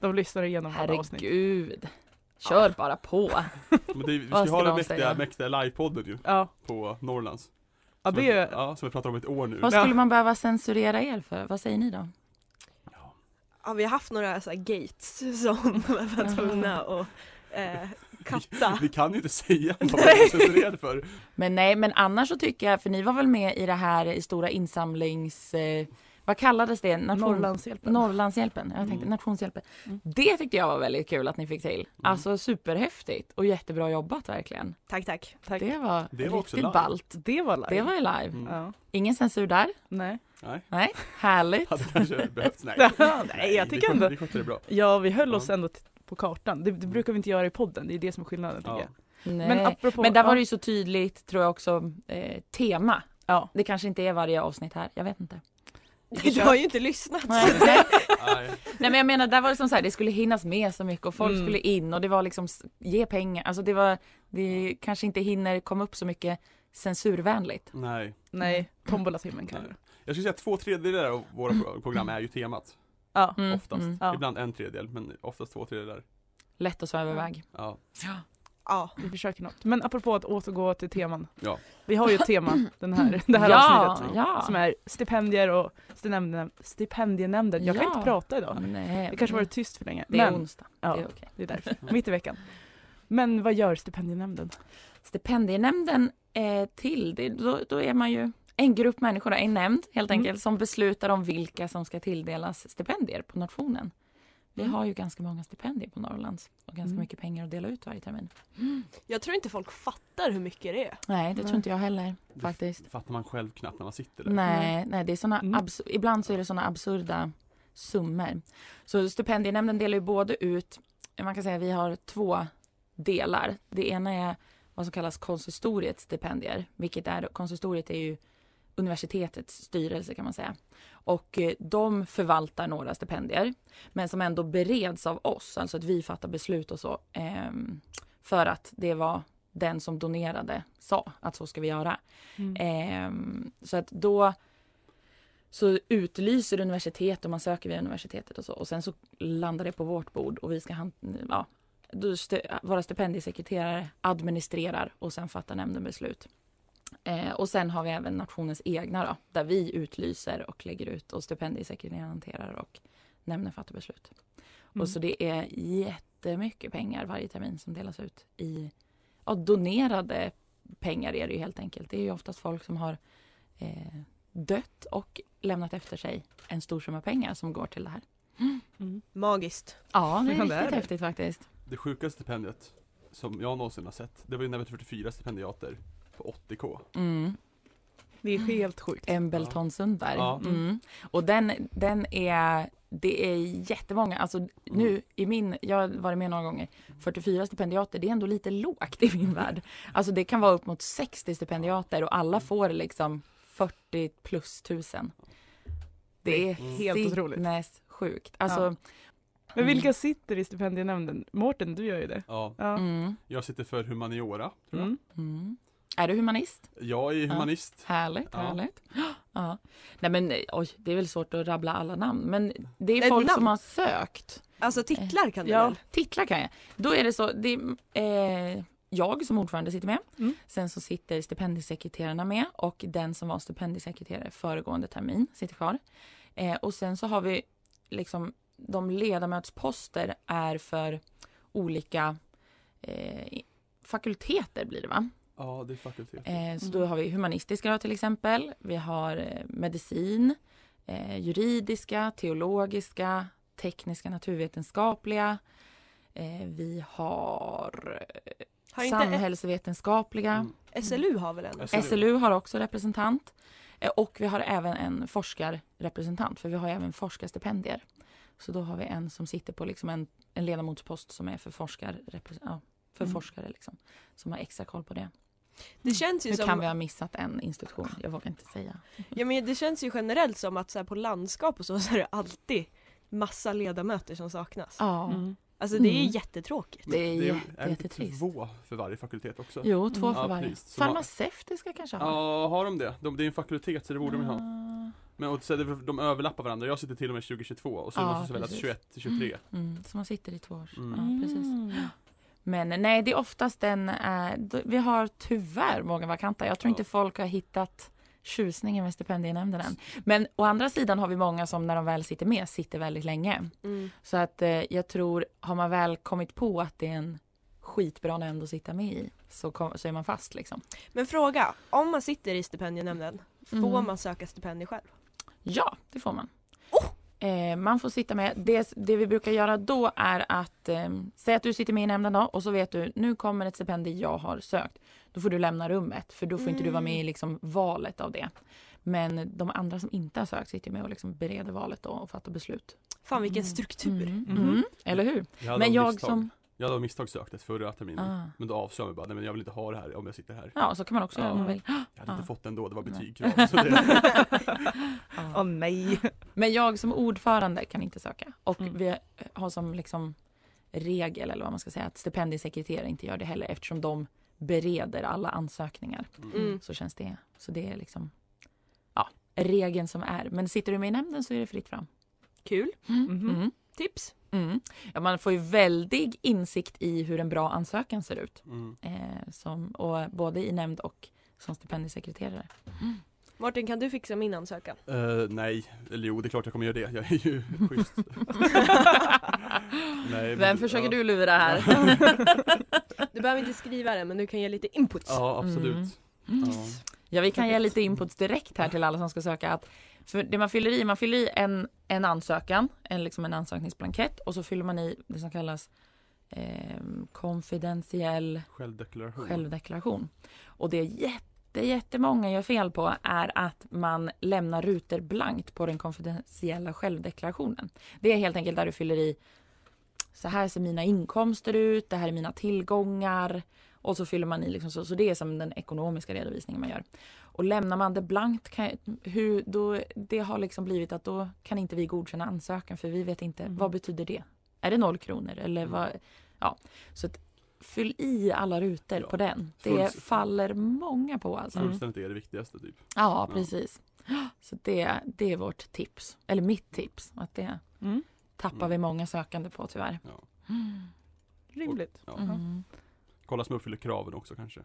S5: de lyssnar igenom alla avsnitt.
S6: Herregud. Kör bara på.
S3: Men det, vi
S6: Vad
S3: ska ju
S6: ska
S3: ha den
S6: de
S3: mäktiga,
S6: säga?
S3: mäktiga livepodden ju
S5: Ja,
S3: på Norrlands.
S5: ja
S3: Som
S5: det
S3: jag-
S5: är
S3: ja, som vi pratar om ett år nu.
S6: Vad
S5: Ja.
S6: skulle man behöva censurera er för? Vad säger ni då?
S4: Ja, vi har haft några så här, gates som var tvungna att eh, katta.
S3: Vi kan ju inte säga vad vi är censurerade för.
S6: Men nej, men annars så tycker jag, för ni var väl med i det här i stora insamlings... Eh, vad kallades det? Nation...
S5: Norrlandshjälpen.
S6: Norrlandshjälpen. Jag tänkte
S3: Mm.
S6: Nationshjälpen. Det tyckte jag var väldigt kul att ni fick till.
S5: Mm.
S6: Alltså superhäftigt och jättebra jobbat verkligen.
S4: Tack tack.
S5: Tack.
S6: Det var,
S3: Det var också live.
S6: riktigt ballt.
S5: Det var live.
S6: Det var ju live.
S3: Mm.
S5: Ja.
S6: Ingen censur där.
S5: Nej.
S3: Nej,
S6: Nej, härligt.
S3: hade kanske behövts. Nej,
S5: Nej, jag
S3: vi
S5: tycker
S3: skötte-
S5: ändå.
S3: Vi skötte det bra.
S5: Ja, vi höll oss
S3: Ja. Mm.
S5: ändå t- på kartan. Det, det brukar vi inte göra i podden. Det är det som är skillnaden tycker
S3: Ja.
S5: jag.
S6: Nej.
S5: Men
S6: Men,
S5: apropå-
S6: där var
S5: ja.
S6: det ju så tydligt, tror jag också, eh, tema.
S5: Ja.
S6: Det kanske inte är varje avsnitt här, jag vet inte.
S4: Du har ju inte lyssnat.
S6: Nej, nej.
S3: Nej.
S6: nej men jag menar, där var det som så här, det skulle hinnas med så mycket och folk
S5: Mm.
S6: skulle in och det var liksom, s- ge pengar. Alltså det var, det kanske inte hinner komma upp så mycket censurvänligt.
S3: Nej.
S5: Nej, tombola-timmen kanske.
S3: Nej. Jag skulle säga att två tredjedelar av våra pro- program är ju temat.
S5: Ja.
S6: Mm,
S3: Oftast.
S6: mm.
S5: Ja.
S3: Ibland en tredjedel, men oftast två tredjedelar.
S6: Lätt att sväva iväg.
S3: Ja.
S4: Ja.
S5: Vi försöker något. Men apropå att återgå till teman.
S3: Ja.
S5: Vi har ju ett tema den här, det här
S6: Mm. ja,
S5: avsnittet.
S6: ja.
S5: Som är stipendier och stipendienämnden. stipendienämnden. Jag kan
S6: Ja.
S5: inte prata idag.
S6: Nej,
S5: Jag kanske
S6: men
S5: varit tyst för länge.
S6: det är
S5: Men
S6: onsdag,
S5: ja.
S6: det är okej.
S5: det är därför. Mitt i veckan. Men vad gör stipendienämnden?
S6: Stipendienämnden eh, till, det, då, då är man ju en grupp människor, då, en nämnd helt
S5: Mm.
S6: enkelt, som beslutar om vilka som ska tilldelas stipendier på nationen. Vi
S5: Mm.
S6: har ju ganska många stipendier på Norrlands och ganska
S5: Mm.
S6: mycket pengar att dela ut varje termin.
S4: Jag tror inte folk fattar hur mycket det är.
S6: Nej, det
S5: Nej.
S6: tror inte jag heller faktiskt.
S3: Fattar man själv knappt när man sitter där.
S6: Nej, nej det är såna
S5: Mm.
S6: abs- ibland så är det såna absurda summor. Så stipendienämnden delar ju både ut, man kan säga vi har två delar. Det ena är vad som kallas konsistoriets stipendier, vilket är, konsistoriet är ju universitetets styrelse kan man säga. Och eh, de förvaltar några stipendier, men som ändå bereds av oss, alltså att vi fattar beslut och så. ehm, för att det var den som donerade sa att så ska vi göra.
S5: Mm.
S6: Ehm, så att då så utlyser universitet och man söker via universitetet och så och sen så landar det på vårt bord och vi ska han, ja, då st- våra stipendiesekreterare administrerar och sen fattar nämnden beslut. Eh, och sen har vi även nationens egna då, där vi utlyser och lägger ut och stipendiesekreteraren hanterar och nämnden fattar beslut.
S5: Mm.
S6: Eh, Och så det är jättemycket pengar varje termin som delas ut i ja, donerade pengar är det ju helt enkelt. Det är ju oftast folk som har eh, dött och lämnat efter sig en stor summa pengar som går till det här.
S5: Mm.
S4: Magiskt.
S6: Ja, det är
S5: Ja,
S6: riktigt
S5: det är det.
S6: häftigt faktiskt.
S3: Det sjukaste stipendiet som jag någonsin har sett, det var ju Nävet 44 stipendiater på 80k.
S6: Mm.
S5: Det är helt sjukt.
S6: Embelton Sundberg.
S3: Ja.
S6: Mm. Och den, den är, det är jättemånga, alltså nu i min, jag har varit med några gånger, 44 stipendiater, det är ändå lite lågt i min värld. Alltså det kan vara upp mot 60 stipendiater och alla får liksom 40 plus tusen. Det är
S5: Helt otroligt.
S6: sinnessjukt. Alltså,
S5: Men vilka sitter i stipendienämnden? Mårten, du gör ju det.
S3: Ja,
S5: Ja.
S6: mm,
S3: jag sitter för humaniora, tror jag.
S5: Mm.
S6: mm. Är du humanist?
S3: Jag är humanist.
S6: Härligt,
S3: Ja.
S6: härligt. Ja. Nej men eh, oj, det är väl svårt att rabbla alla namn, men det är
S4: Nej,
S6: folk
S4: namn.
S6: som har sökt.
S4: Alltså titlar kan du
S5: Ja.
S4: väl?
S6: Titlar kan jag. Då är det så, det är, eh, jag som ordförande sitter med.
S5: Mm.
S6: Sen så sitter stipendiesekreterarna med och den som var stipendiesekreterare föregående termin sitter kvar. Eh, och sen så har vi liksom, de ledamötsposter är för olika eh, fakulteter blir det va?
S3: Ja, det är fakultet.
S6: Eh, så
S4: Mm.
S6: då har vi humanistiska då, till exempel. Vi har eh, medicin, eh, juridiska, teologiska, tekniska, naturvetenskapliga. Eh, vi har eh,
S4: Har inte
S6: samhällsvetenskapliga.
S3: Mm.
S4: SLU har väl en?
S3: SLU.
S6: SLU har också representant. Eh, Och vi har även en forskarrepresentant, för vi har även forskarstipendier. Så då har vi en som sitter på liksom en, en ledamotspost som är för, forskarrepre- ja,
S4: Mm.
S6: för forskare, liksom, som har extra koll på det.
S4: Det känns ju
S6: Nu kan vi
S4: som,
S6: ha missat en institution, jag vågar inte säga.
S4: ja, men det känns ju generellt som att så här, på landskap och så, så är det alltid massa ledamöter som saknas.
S6: Ja.
S5: Mm.
S4: Alltså det är
S6: Mm.
S4: jättetråkigt.
S6: Det är jätte-
S3: är det inte
S6: jättetrist.
S3: två för varje fakultet också.
S6: Jo, två
S3: Mm.
S6: för
S3: Ja,
S6: varje.
S3: precis. Som har-
S6: Farmaceutiska kanske har.
S3: Ja, har de det? De, det är en fakultet så det borde de ju ha.
S6: Ah.
S3: Men och, så är det, de överlappar varandra. Jag sitter till och med 2022 och så
S6: Ja,
S3: måste det väljas
S6: precis.
S3: 21 till 23.
S6: Mm, så man sitter i två år.
S3: Mm.
S6: Ja, precis. Men nej, det är oftast den... eh, d- vi har tyvärr många vakanta. Jag tror
S3: Ja.
S6: inte folk har hittat tjusningen med stipendienämnden än. Men å andra sidan har vi många som när de väl sitter med sitter väldigt länge.
S4: Mm.
S6: Så att eh, jag tror, har man väl kommit på att det är en skitbra nämnd att sitta med i så, kom, så är man fast liksom.
S4: Men fråga, om man sitter i stipendienämnden, får
S6: Mm.
S4: man söka stipendier själv?
S6: Ja, det får man. Eh, man får sitta med. Det, det vi brukar göra då är att eh, säg att du sitter med i nämnden då och så vet du nu kommer ett stipendium jag har sökt. Då får du lämna rummet för då får inte du vara med i liksom, valet av det. Men de andra som inte har sökt sitter med och liksom bereder valet då och fattar beslut.
S4: Fan vilken struktur.
S6: Mm. Mm. Eller hur?
S3: Jag hade
S6: Men
S3: av
S6: jag
S3: misstag-
S6: som...
S3: Jag hade av misstag sökt det förra terminen.
S6: Ah.
S3: Men då avsade jag mig bara, nej men jag vill inte ha det här om jag sitter här.
S6: Ja, så kan man också göra om man
S3: Ja.
S6: vill.
S3: Jag hade
S6: Ah.
S3: inte fått det ändå, det var
S6: Nej.
S3: betyg. krav, så det-
S5: Åh nej.
S6: Men jag som ordförande kan inte söka. Och
S5: Mm.
S6: vi har som liksom regel, eller vad man ska säga, att stipendiesekreterare inte gör det heller eftersom de bereder alla ansökningar.
S4: Mm.
S6: Så känns det. Så det är liksom ja, regeln som är. Men sitter du med i nämnden så är det fritt fram.
S4: Kul.
S5: Mhm.
S6: Mm.
S4: Tips.
S6: Mm. Ja, man får ju väldig insikt i hur en bra ansökan ser ut.
S3: Mm.
S6: Eh, som, och både i nämnd och som stipendiesekreterare.
S4: Martin kan du fixa min ansökan?
S3: Eh, nej, eller jo det är klart jag kommer göra det. Jag är ju schysst. Nej, men-
S6: Vem försöker
S3: ja.
S6: du lura här?
S4: Du behöver inte skriva det men du kan ge lite inputs.
S3: Ja, absolut.
S6: Mm.
S3: Ja.
S6: Ja, vi kan ge lite input direkt här till alla som ska söka. Att, för det man fyller i, man fyller i en, en ansökan, en, liksom en ansökningsblankett och så fyller man i det som kallas eh, konfidentiell
S3: Självdeklaration.
S6: självdeklaration. Och det jätte, jättemånga gör fel på är att man lämnar rutor blankt på den konfidentiella självdeklarationen. Det är helt enkelt där du fyller i så här ser mina inkomster ut, det här är mina tillgångar och så fyller man i liksom så, så det är som den ekonomiska redovisningen man gör. Och lämnar man det blankt, kan, hur, då, det har liksom blivit att då kan inte vi godkänna ansökan för vi vet inte, vad betyder det? Är det noll kronor eller vad? Ja, så att fyll i alla rutor
S3: Ja.
S6: på den. Det
S3: Fulls-
S6: faller många på alltså.
S3: Fullständigt är det viktigaste typ.
S6: Ja,
S3: Ja.
S6: precis. Så det, det är vårt tips, eller mitt tips, att det
S5: Mm.
S6: tappar
S3: Mm.
S6: vi många sökande på tyvärr.
S3: Ja.
S5: Rimligt.
S3: Ja.
S6: Mm.
S3: Kolla så man uppfyller kraven också kanske.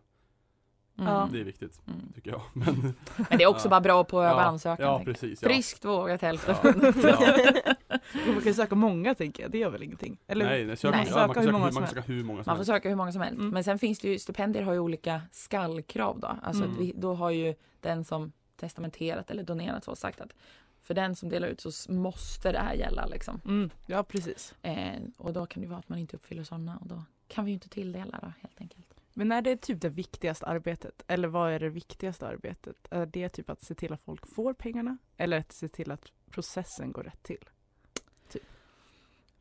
S5: Ja.
S3: Det är viktigt,
S6: Mm.
S3: tycker jag. Men,
S6: Men det är också
S3: Ja.
S6: bara bra på att öva
S3: ja,
S6: ansökan.
S3: Ja,
S6: tänker jag.
S3: precis. Ja.
S6: Friskt vågat hälften.
S3: Ja. Ja.
S5: Och man kan ju söka många tänker jag, det gör väl ingenting? Eller
S3: Nej, nej, sök,
S6: Nej.
S3: Ja, man
S5: Söka
S3: kan
S5: hur
S3: söka,
S5: många
S3: man
S5: som
S3: kan söka hur många som
S6: Man får
S3: helst.
S6: söka hur många som helst.
S5: Mm.
S6: Men sen finns det ju, stipendier har ju olika skallkrav då. Alltså
S5: Mm.
S6: att vi, då har ju den som testamenterat eller donerat så sagt att för den som delar ut så s- måste det här gälla liksom.
S5: Mm. Ja, precis.
S6: Eh, och då kan det ju vara att man inte uppfyller sådana och då kan vi ju inte tilldela då helt enkelt.
S5: Men är det typ det viktigaste arbetet? Eller vad är det viktigaste arbetet? Är det typ att se till att folk får pengarna? Eller att se till att processen går rätt till?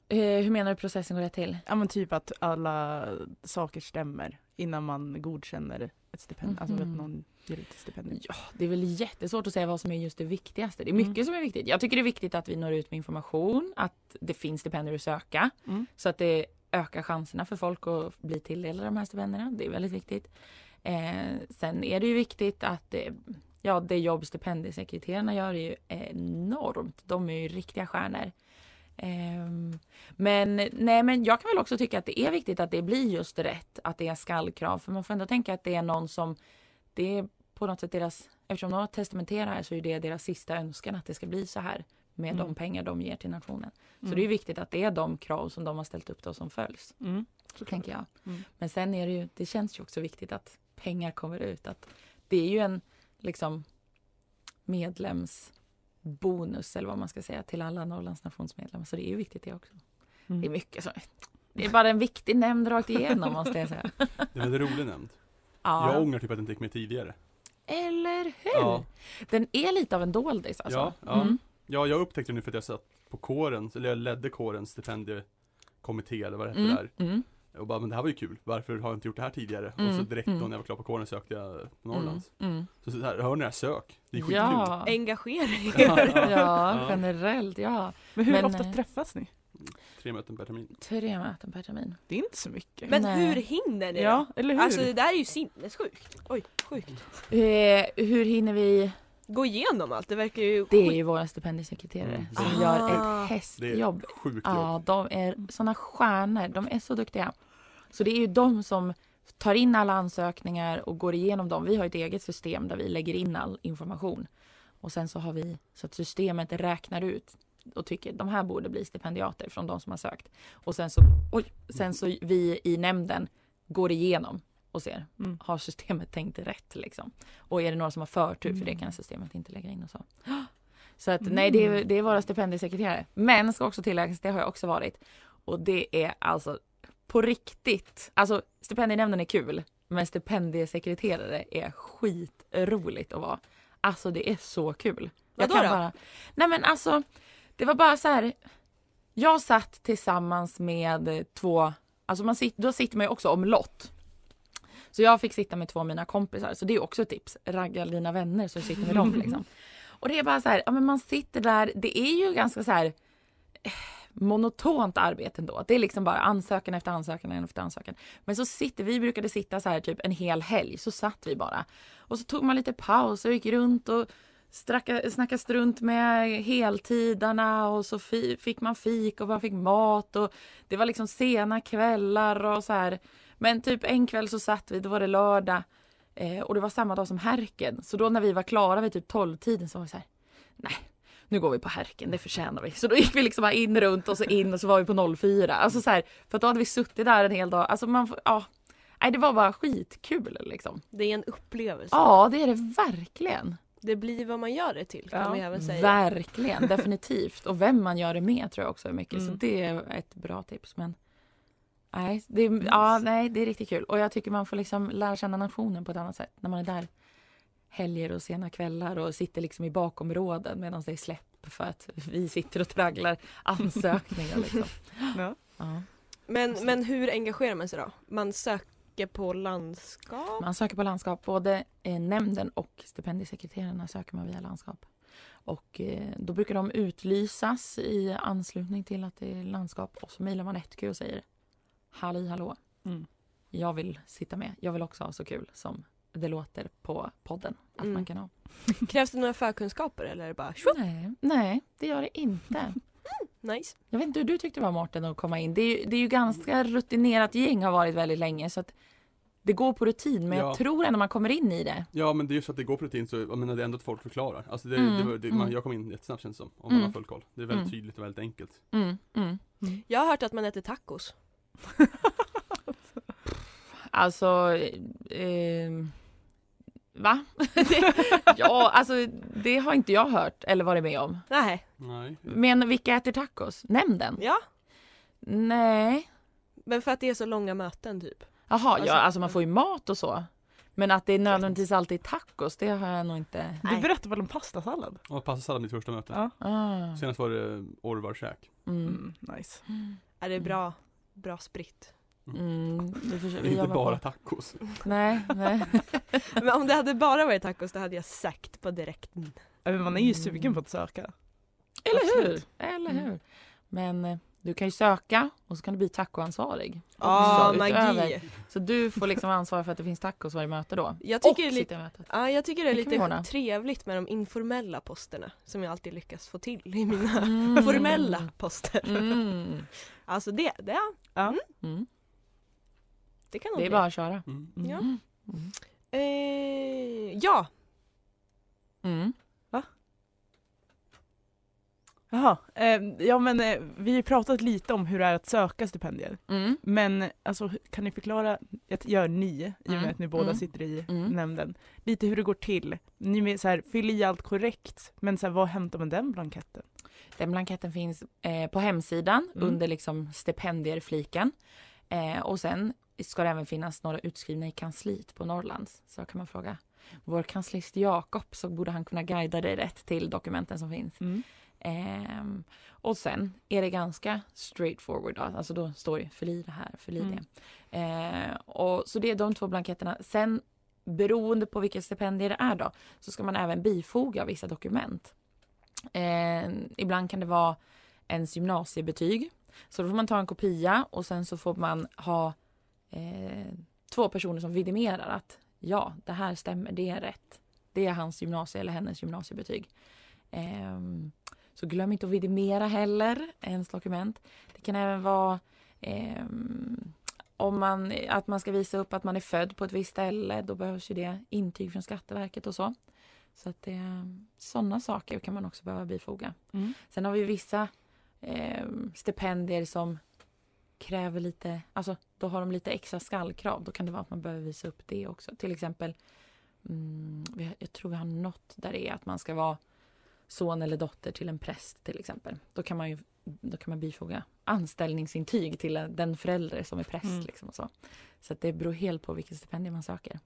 S6: Eh, hur menar du processen går rätt till?
S5: Ja men typ att alla saker stämmer innan man godkänner ett stipendium, alltså
S6: Mhm.
S5: att någon ger ut ett stipendium.
S6: Ja, det är väl jättesvårt att säga vad som är just det viktigaste. Det är mycket
S5: Mm.
S6: som är viktigt. Jag tycker det är viktigt att vi når ut med information, att det finns stipendier att söka.
S5: Mm.
S6: Så att det ökar chanserna för folk att bli tilldelade de här stipendierna. Det är väldigt viktigt. Eh, sen är det ju viktigt att eh, ja, det jobb stipendiesekreterarna gör är ju enormt. De är ju riktiga stjärnor. Ehm, men, nej, men jag kan väl också tycka att det är viktigt att det blir just rätt, att det är skallkrav. För man får ändå tänka att det är någon som, det är på något sätt deras, eftersom de har testamenterat här så är det deras sista önskan att det ska bli så här med
S5: Mm.
S6: de pengar de ger till nationen. Så
S5: Mm.
S6: det är ju viktigt att det är de krav som de har ställt upp då som följs,
S5: Mm.
S6: tänker jag.
S5: Mm.
S6: Men sen är det ju, det känns ju också viktigt att pengar kommer ut, att det är ju en liksom medlemsbonus eller vad man ska säga till alla Norrlands nationsmedlemmar, så det är ju viktigt det också. Mm.
S5: Mm.
S6: Det är mycket som, det är bara en viktig nämnd rakt igenom måste jag säga.
S3: Det är en väldigt rolig nämnd.
S6: Ja.
S3: Jag ångrar typ att det inte gick med tidigare.
S6: Eller hur?
S3: Ja.
S6: Den är lite av en doldis alltså.
S3: Ja, ja.
S6: Mm.
S3: ja, jag upptäckte det nu för att jag satt på kåren, eller jag ledde kårens stipendiekommitté eller vad det hette där.
S6: Mm. Mm.
S3: Och bara, men det här var ju kul, varför har jag inte gjort det här tidigare? Och så
S6: Mm,
S3: direkt
S6: mm.
S3: då när jag var klar på kåren sökte jag på Norrlands.
S6: Mm. Mm.
S3: Så, så här, hör ni det här, sök! Det är skitkul!
S6: Ja.
S4: Engagering.
S6: ja, generellt ja.
S5: Men hur
S6: Men,
S5: ofta
S6: eh,
S5: träffas ni?
S3: Tre möten per termin.
S6: Tre möten per termin.
S5: Det är inte så mycket.
S4: Men
S6: Nej.
S4: hur hinner ni
S5: ja, eller
S4: då?
S5: hur?
S4: Alltså det där är ju sinnessjukt. Oj, sjukt.
S6: Eh, hur hinner vi?
S4: Gå igenom allt, det verkar ju
S6: Det är ju våra stipendiesekreterare
S3: Mm.
S6: som
S4: Ah.
S6: gör ett
S3: Det är
S6: hästjobb.
S3: sjukt jobb.
S6: Ja, de är såna stjärnor. De är så duktiga. Så det är ju de som tar in alla ansökningar och går igenom dem. Vi har ett eget system där vi lägger in all information. Och sen så har vi så att systemet räknar ut och tycker de här borde bli stipendiater från de som har sökt. Och sen så, oj, sen så vi i nämnden går igenom och ser,
S5: Mm.
S6: har systemet tänkt rätt liksom? Och är det några som har förtur för det kan systemet inte lägga in och så. Så att nej, det är, det är våra stipendiesekreterare. Men ska också tilläggas, det har jag också varit. Och det är alltså på riktigt. Alltså stipendienämnden är kul, men stipendiesekreterare är skitroligt att vara. Alltså det är så kul.
S4: Vadå då?
S6: bara... Nej men alltså, det var bara så här. Jag satt tillsammans med eh, två, alltså man sit, då sitter man ju också omlott. Så jag fick sitta med två av mina kompisar, så det är också ett tips. Ragga dina vänner så du sitter med dem liksom. Och det är bara så här, ja men man sitter där, det är ju ganska så här eh, monotont arbete ändå. Det är liksom bara ansökan efter ansökan efter ansökan. Men så sitter vi, brukade sitta så här typ en hel helg, så satt vi bara. Och så tog man lite paus och gick runt och stracka, snackade strunt med heltidarna och så fi, fick man fik och man fick mat och det var liksom sena kvällar och så här. Men typ en kväll så satt vi, då var det lördag eh, och det var samma dag som Härken. Så då när vi var klara vid typ 12-tiden så var det så här, nej, nu går vi på Härken, det förtjänar vi. Så då gick vi liksom bara in runt och så in och så var vi på 04. Alltså så här, för att då hade vi suttit där en hel dag. Alltså man får, ja. Nej, det var bara skitkul liksom.
S4: Det är en upplevelse.
S6: Ja, det är det verkligen.
S4: Det blir vad man gör det till kan
S5: Ja.
S4: vi även säga.
S6: Verkligen, definitivt. Och vem man gör det med tror jag också är mycket. Så
S5: Mm.
S6: det är ett bra tips. Men nej det, är, ja, nej, det är riktigt kul. Och jag tycker man får liksom lära känna nationen på ett annat sätt när man är där helger och sena kvällar och sitter liksom i bakområden medan det är släpp för att vi sitter och tragglar ansökningar. Liksom.
S5: Ja.
S6: Ja.
S4: Men, men hur engagerar man sig då? Man söker på landskap?
S6: Man söker på landskap. Både eh, nämnden och stipendiesekreterarna söker man via landskap. Och eh, då brukar de utlysas i anslutning till att det är landskap och så mejlar man 1Q och säger Halli hallå,
S5: Mm.
S6: jag vill sitta med. Jag vill också ha så kul som det låter på podden att
S4: Mm.
S6: man kan ha.
S4: Krävs det några förkunskaper eller är det bara tjopp,
S6: Nej, nej, det gör det inte.
S4: nice?
S6: Jag vet inte hur du tyckte det var Mårten att komma in. Det är, ju, det är ju ganska rutinerat gäng har varit väldigt länge så att det går på rutin men
S3: Ja.
S6: jag tror ändå man kommer in i det.
S3: Ja men det är ju så att det går på rutin så, jag menar det är ändå att folk förklarar. Alltså det,
S6: Mm,
S3: det, var- det, man,
S6: mm.
S3: jag kom in jättesnabbt känns det som, om man
S6: Mm.
S3: har full koll. Det är väldigt
S6: Mm.
S3: tydligt och väldigt enkelt.
S6: Mm, mm.
S4: Jag har hört att man äter tacos.
S6: Alltså, eh, va? det, ja, alltså det har inte jag hört eller varit med om.
S4: Nej.
S3: Nej.
S6: Men vilka äter tacos? Nämn den.
S4: Ja,
S6: Nej.
S4: men för att det är så långa möten typ.
S6: Jaha,
S4: Alltså-
S6: ja, alltså man får ju mat och så. Men att det är nödvändigtvis alltid tacos, det har jag nog inte.
S5: Du
S4: Nej.
S5: berättade väl om pastasallad?
S3: Ja, passasallad mitt första möte.
S5: Ja.
S6: Ah,
S3: Senast var det eh, orvarkäk.
S6: mm,
S5: Mm, nice.
S4: Är det bra, bra spritt?
S6: mm, vi försöker, vi
S3: Inte
S6: jobbar
S3: bara
S6: på.
S3: tacos.
S6: Nej, nej.
S4: Men om det hade bara varit tacos då hade jag sagt på direkten.
S5: Ja, Men man är ju sugen på att söka.
S6: Eller hur?
S5: Absolut.
S6: Eller
S5: Mm.
S6: hur? Men eh, du kan ju söka och så kan du bli tacoansvarig.
S4: Ah,
S6: Också,
S4: magi.
S6: utöver. Så du får liksom ansvara för att det finns tacos varje möte då.
S4: Jag tycker, det är
S6: och
S4: lite,
S6: sitta i mötet.
S4: ja, jag tycker det är
S6: Det kan vi
S4: lite
S6: ordna.
S4: trevligt med de informella posterna som jag alltid lyckas få till i mina
S6: Mm.
S4: formella poster.
S6: Mm.
S4: Alltså det, det, ja,
S6: Mm.
S4: det kan nog
S6: Det är
S4: bli.
S6: bara att köra.
S3: Mm.
S4: Ja.
S6: Mm.
S4: Eh, ja,
S6: Mm.
S5: Jaha, eh, ja men eh, vi har ju pratat lite om hur det är att söka stipendier.
S6: Mm.
S5: Men alltså, kan ni förklara, jag gör ni, i och med
S6: Mm.
S5: att ni båda
S6: Mm.
S5: sitter i
S6: Mm.
S5: nämnden, lite hur det går till. Ni med, så här, fyll i allt korrekt, men så här, vad hämtar man den blanketten?
S6: Den blanketten finns eh, på hemsidan
S5: Mm.
S6: under liksom stipendier-fliken. Eh, och sen ska det även finnas några utskrivna i kansliet på Norrlands. Så kan man fråga vår kanslist Jakob så borde han kunna guida dig rätt till dokumenten som finns.
S5: Mm.
S6: Ehm, och sen är det ganska straightforward. då. Alltså då står det fyll i det här, fyll i
S5: Mm.
S6: det. Ehm, och, så det är de två blanketterna. Sen beroende på vilka stipendier det är då så ska man även bifoga vissa dokument. Ehm, ibland kan det vara ens gymnasiebetyg. Så då får man ta en kopia och sen så får man ha eh, två personer som vidimerar att ja, det här stämmer, det är rätt. Det är hans gymnasie eller hennes gymnasiebetyg. Ehm, så glöm inte att vidimera heller ens dokument. Det kan även vara ehm, om man, att man ska visa upp att man är född på ett visst ställe. Då behövs ju det intyg från Skatteverket och så. Så att det, sådana saker kan man också behöva bifoga.
S5: Mm.
S6: Sen har vi vissa ehm, stipendier som kräver lite, alltså då har de lite extra skallkrav. Då kan det vara att man behöver visa upp det också. Till exempel, mm, vi har- jag tror vi har något där det är att man ska vara son eller dotter till en präst till exempel. Då kan man ju då kan man bifoga anställningsintyg till den förälder som är präst.
S5: Mm.
S6: Liksom och så så att det beror helt på vilket stipendium man söker.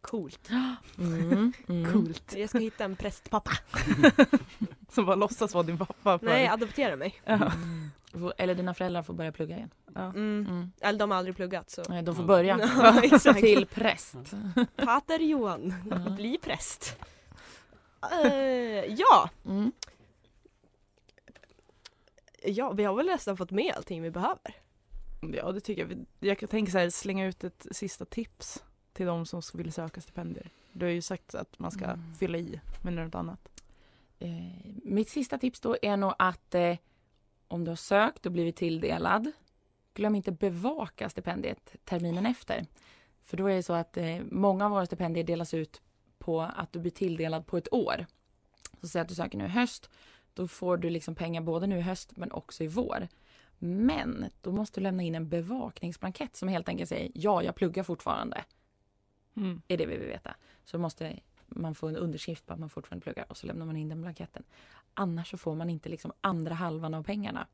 S4: coolt.
S6: Mm, mm.
S5: Coolt.
S4: Jag ska hitta en prästpappa.
S5: Som bara låtsas vara din pappa. För.
S4: Nej, adoptera mig.
S5: ja.
S6: Får- Eller dina föräldrar får börja plugga igen.
S4: Mm.
S6: Mm.
S4: Eller de har aldrig pluggat så.
S6: Nej, De får
S3: Ja.
S6: börja.
S4: Ja, exakt.
S6: till präst.
S4: Pater Johan,
S6: Ja.
S4: bli präst. Eh, ja.
S6: Mm.
S4: ja, vi har väl nästan fått med allting vi behöver.
S5: ja, det tycker jag. Vi- Jag kan tänka så här, slänga ut ett sista tips till de som ska- vill söka stipendier. Du har ju sagt att man ska
S6: Mm.
S5: fylla i med något annat.
S6: Eh, mitt sista tips då är nog att eh, om du har sökt och blivit tilldelad, glöm inte bevaka stipendiet terminen efter. För då är det så att eh, många av våra stipendier delas ut på att du blir tilldelad på ett år. Så säg att du söker nu i höst. Då får du liksom pengar både nu i höst men också i vår. Men då måste du lämna in en bevakningsblankett som helt enkelt säger ja, jag pluggar fortfarande.
S5: Mm.
S6: Är det vi vill veta. Så måste man få en underskrift på att man fortfarande pluggar och så lämnar man in den blanketten. Annars så får man inte liksom andra halvan av pengarna.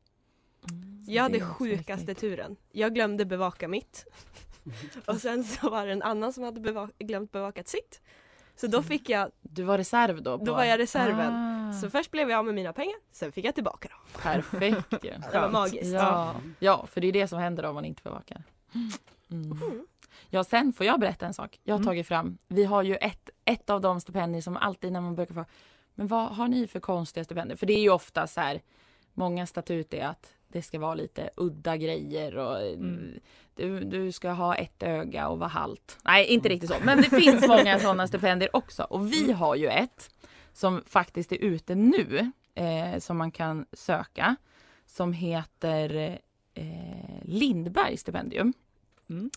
S4: Jag
S6: Mm. Det
S4: hade
S6: är också
S4: sjukaste
S6: viktigt.
S4: turen. Jag glömde bevaka mitt. Och sen så var det en annan som hade beva- glömt bevakat sitt. Så
S6: Mm.
S4: då fick jag,
S6: Du var reserv då? På...
S4: då var jag reserven.
S6: Ah,
S4: Så först blev jag av med mina pengar, sen fick jag tillbaka dem.
S6: Perfekt ju.
S4: Det var magiskt.
S6: Ja. ja, för det är det som händer om man inte bevakar. Mm. Ja, sen får jag berätta en sak. Jag har
S5: Mm.
S6: tagit fram, vi har ju ett, ett av de stipendier som alltid när man brukar få, men vad har ni för konstiga stipendier? För det är ju ofta så här, många statut är att det ska vara lite udda grejer och eh,
S5: Mm.
S6: du, du ska ha ett öga och vara halt. Nej, inte riktigt så, men det finns många sådana stipendier också. Och vi har ju ett som faktiskt är ute nu, eh, som man kan söka, som heter eh, Lindberg stipendium.
S5: Mm.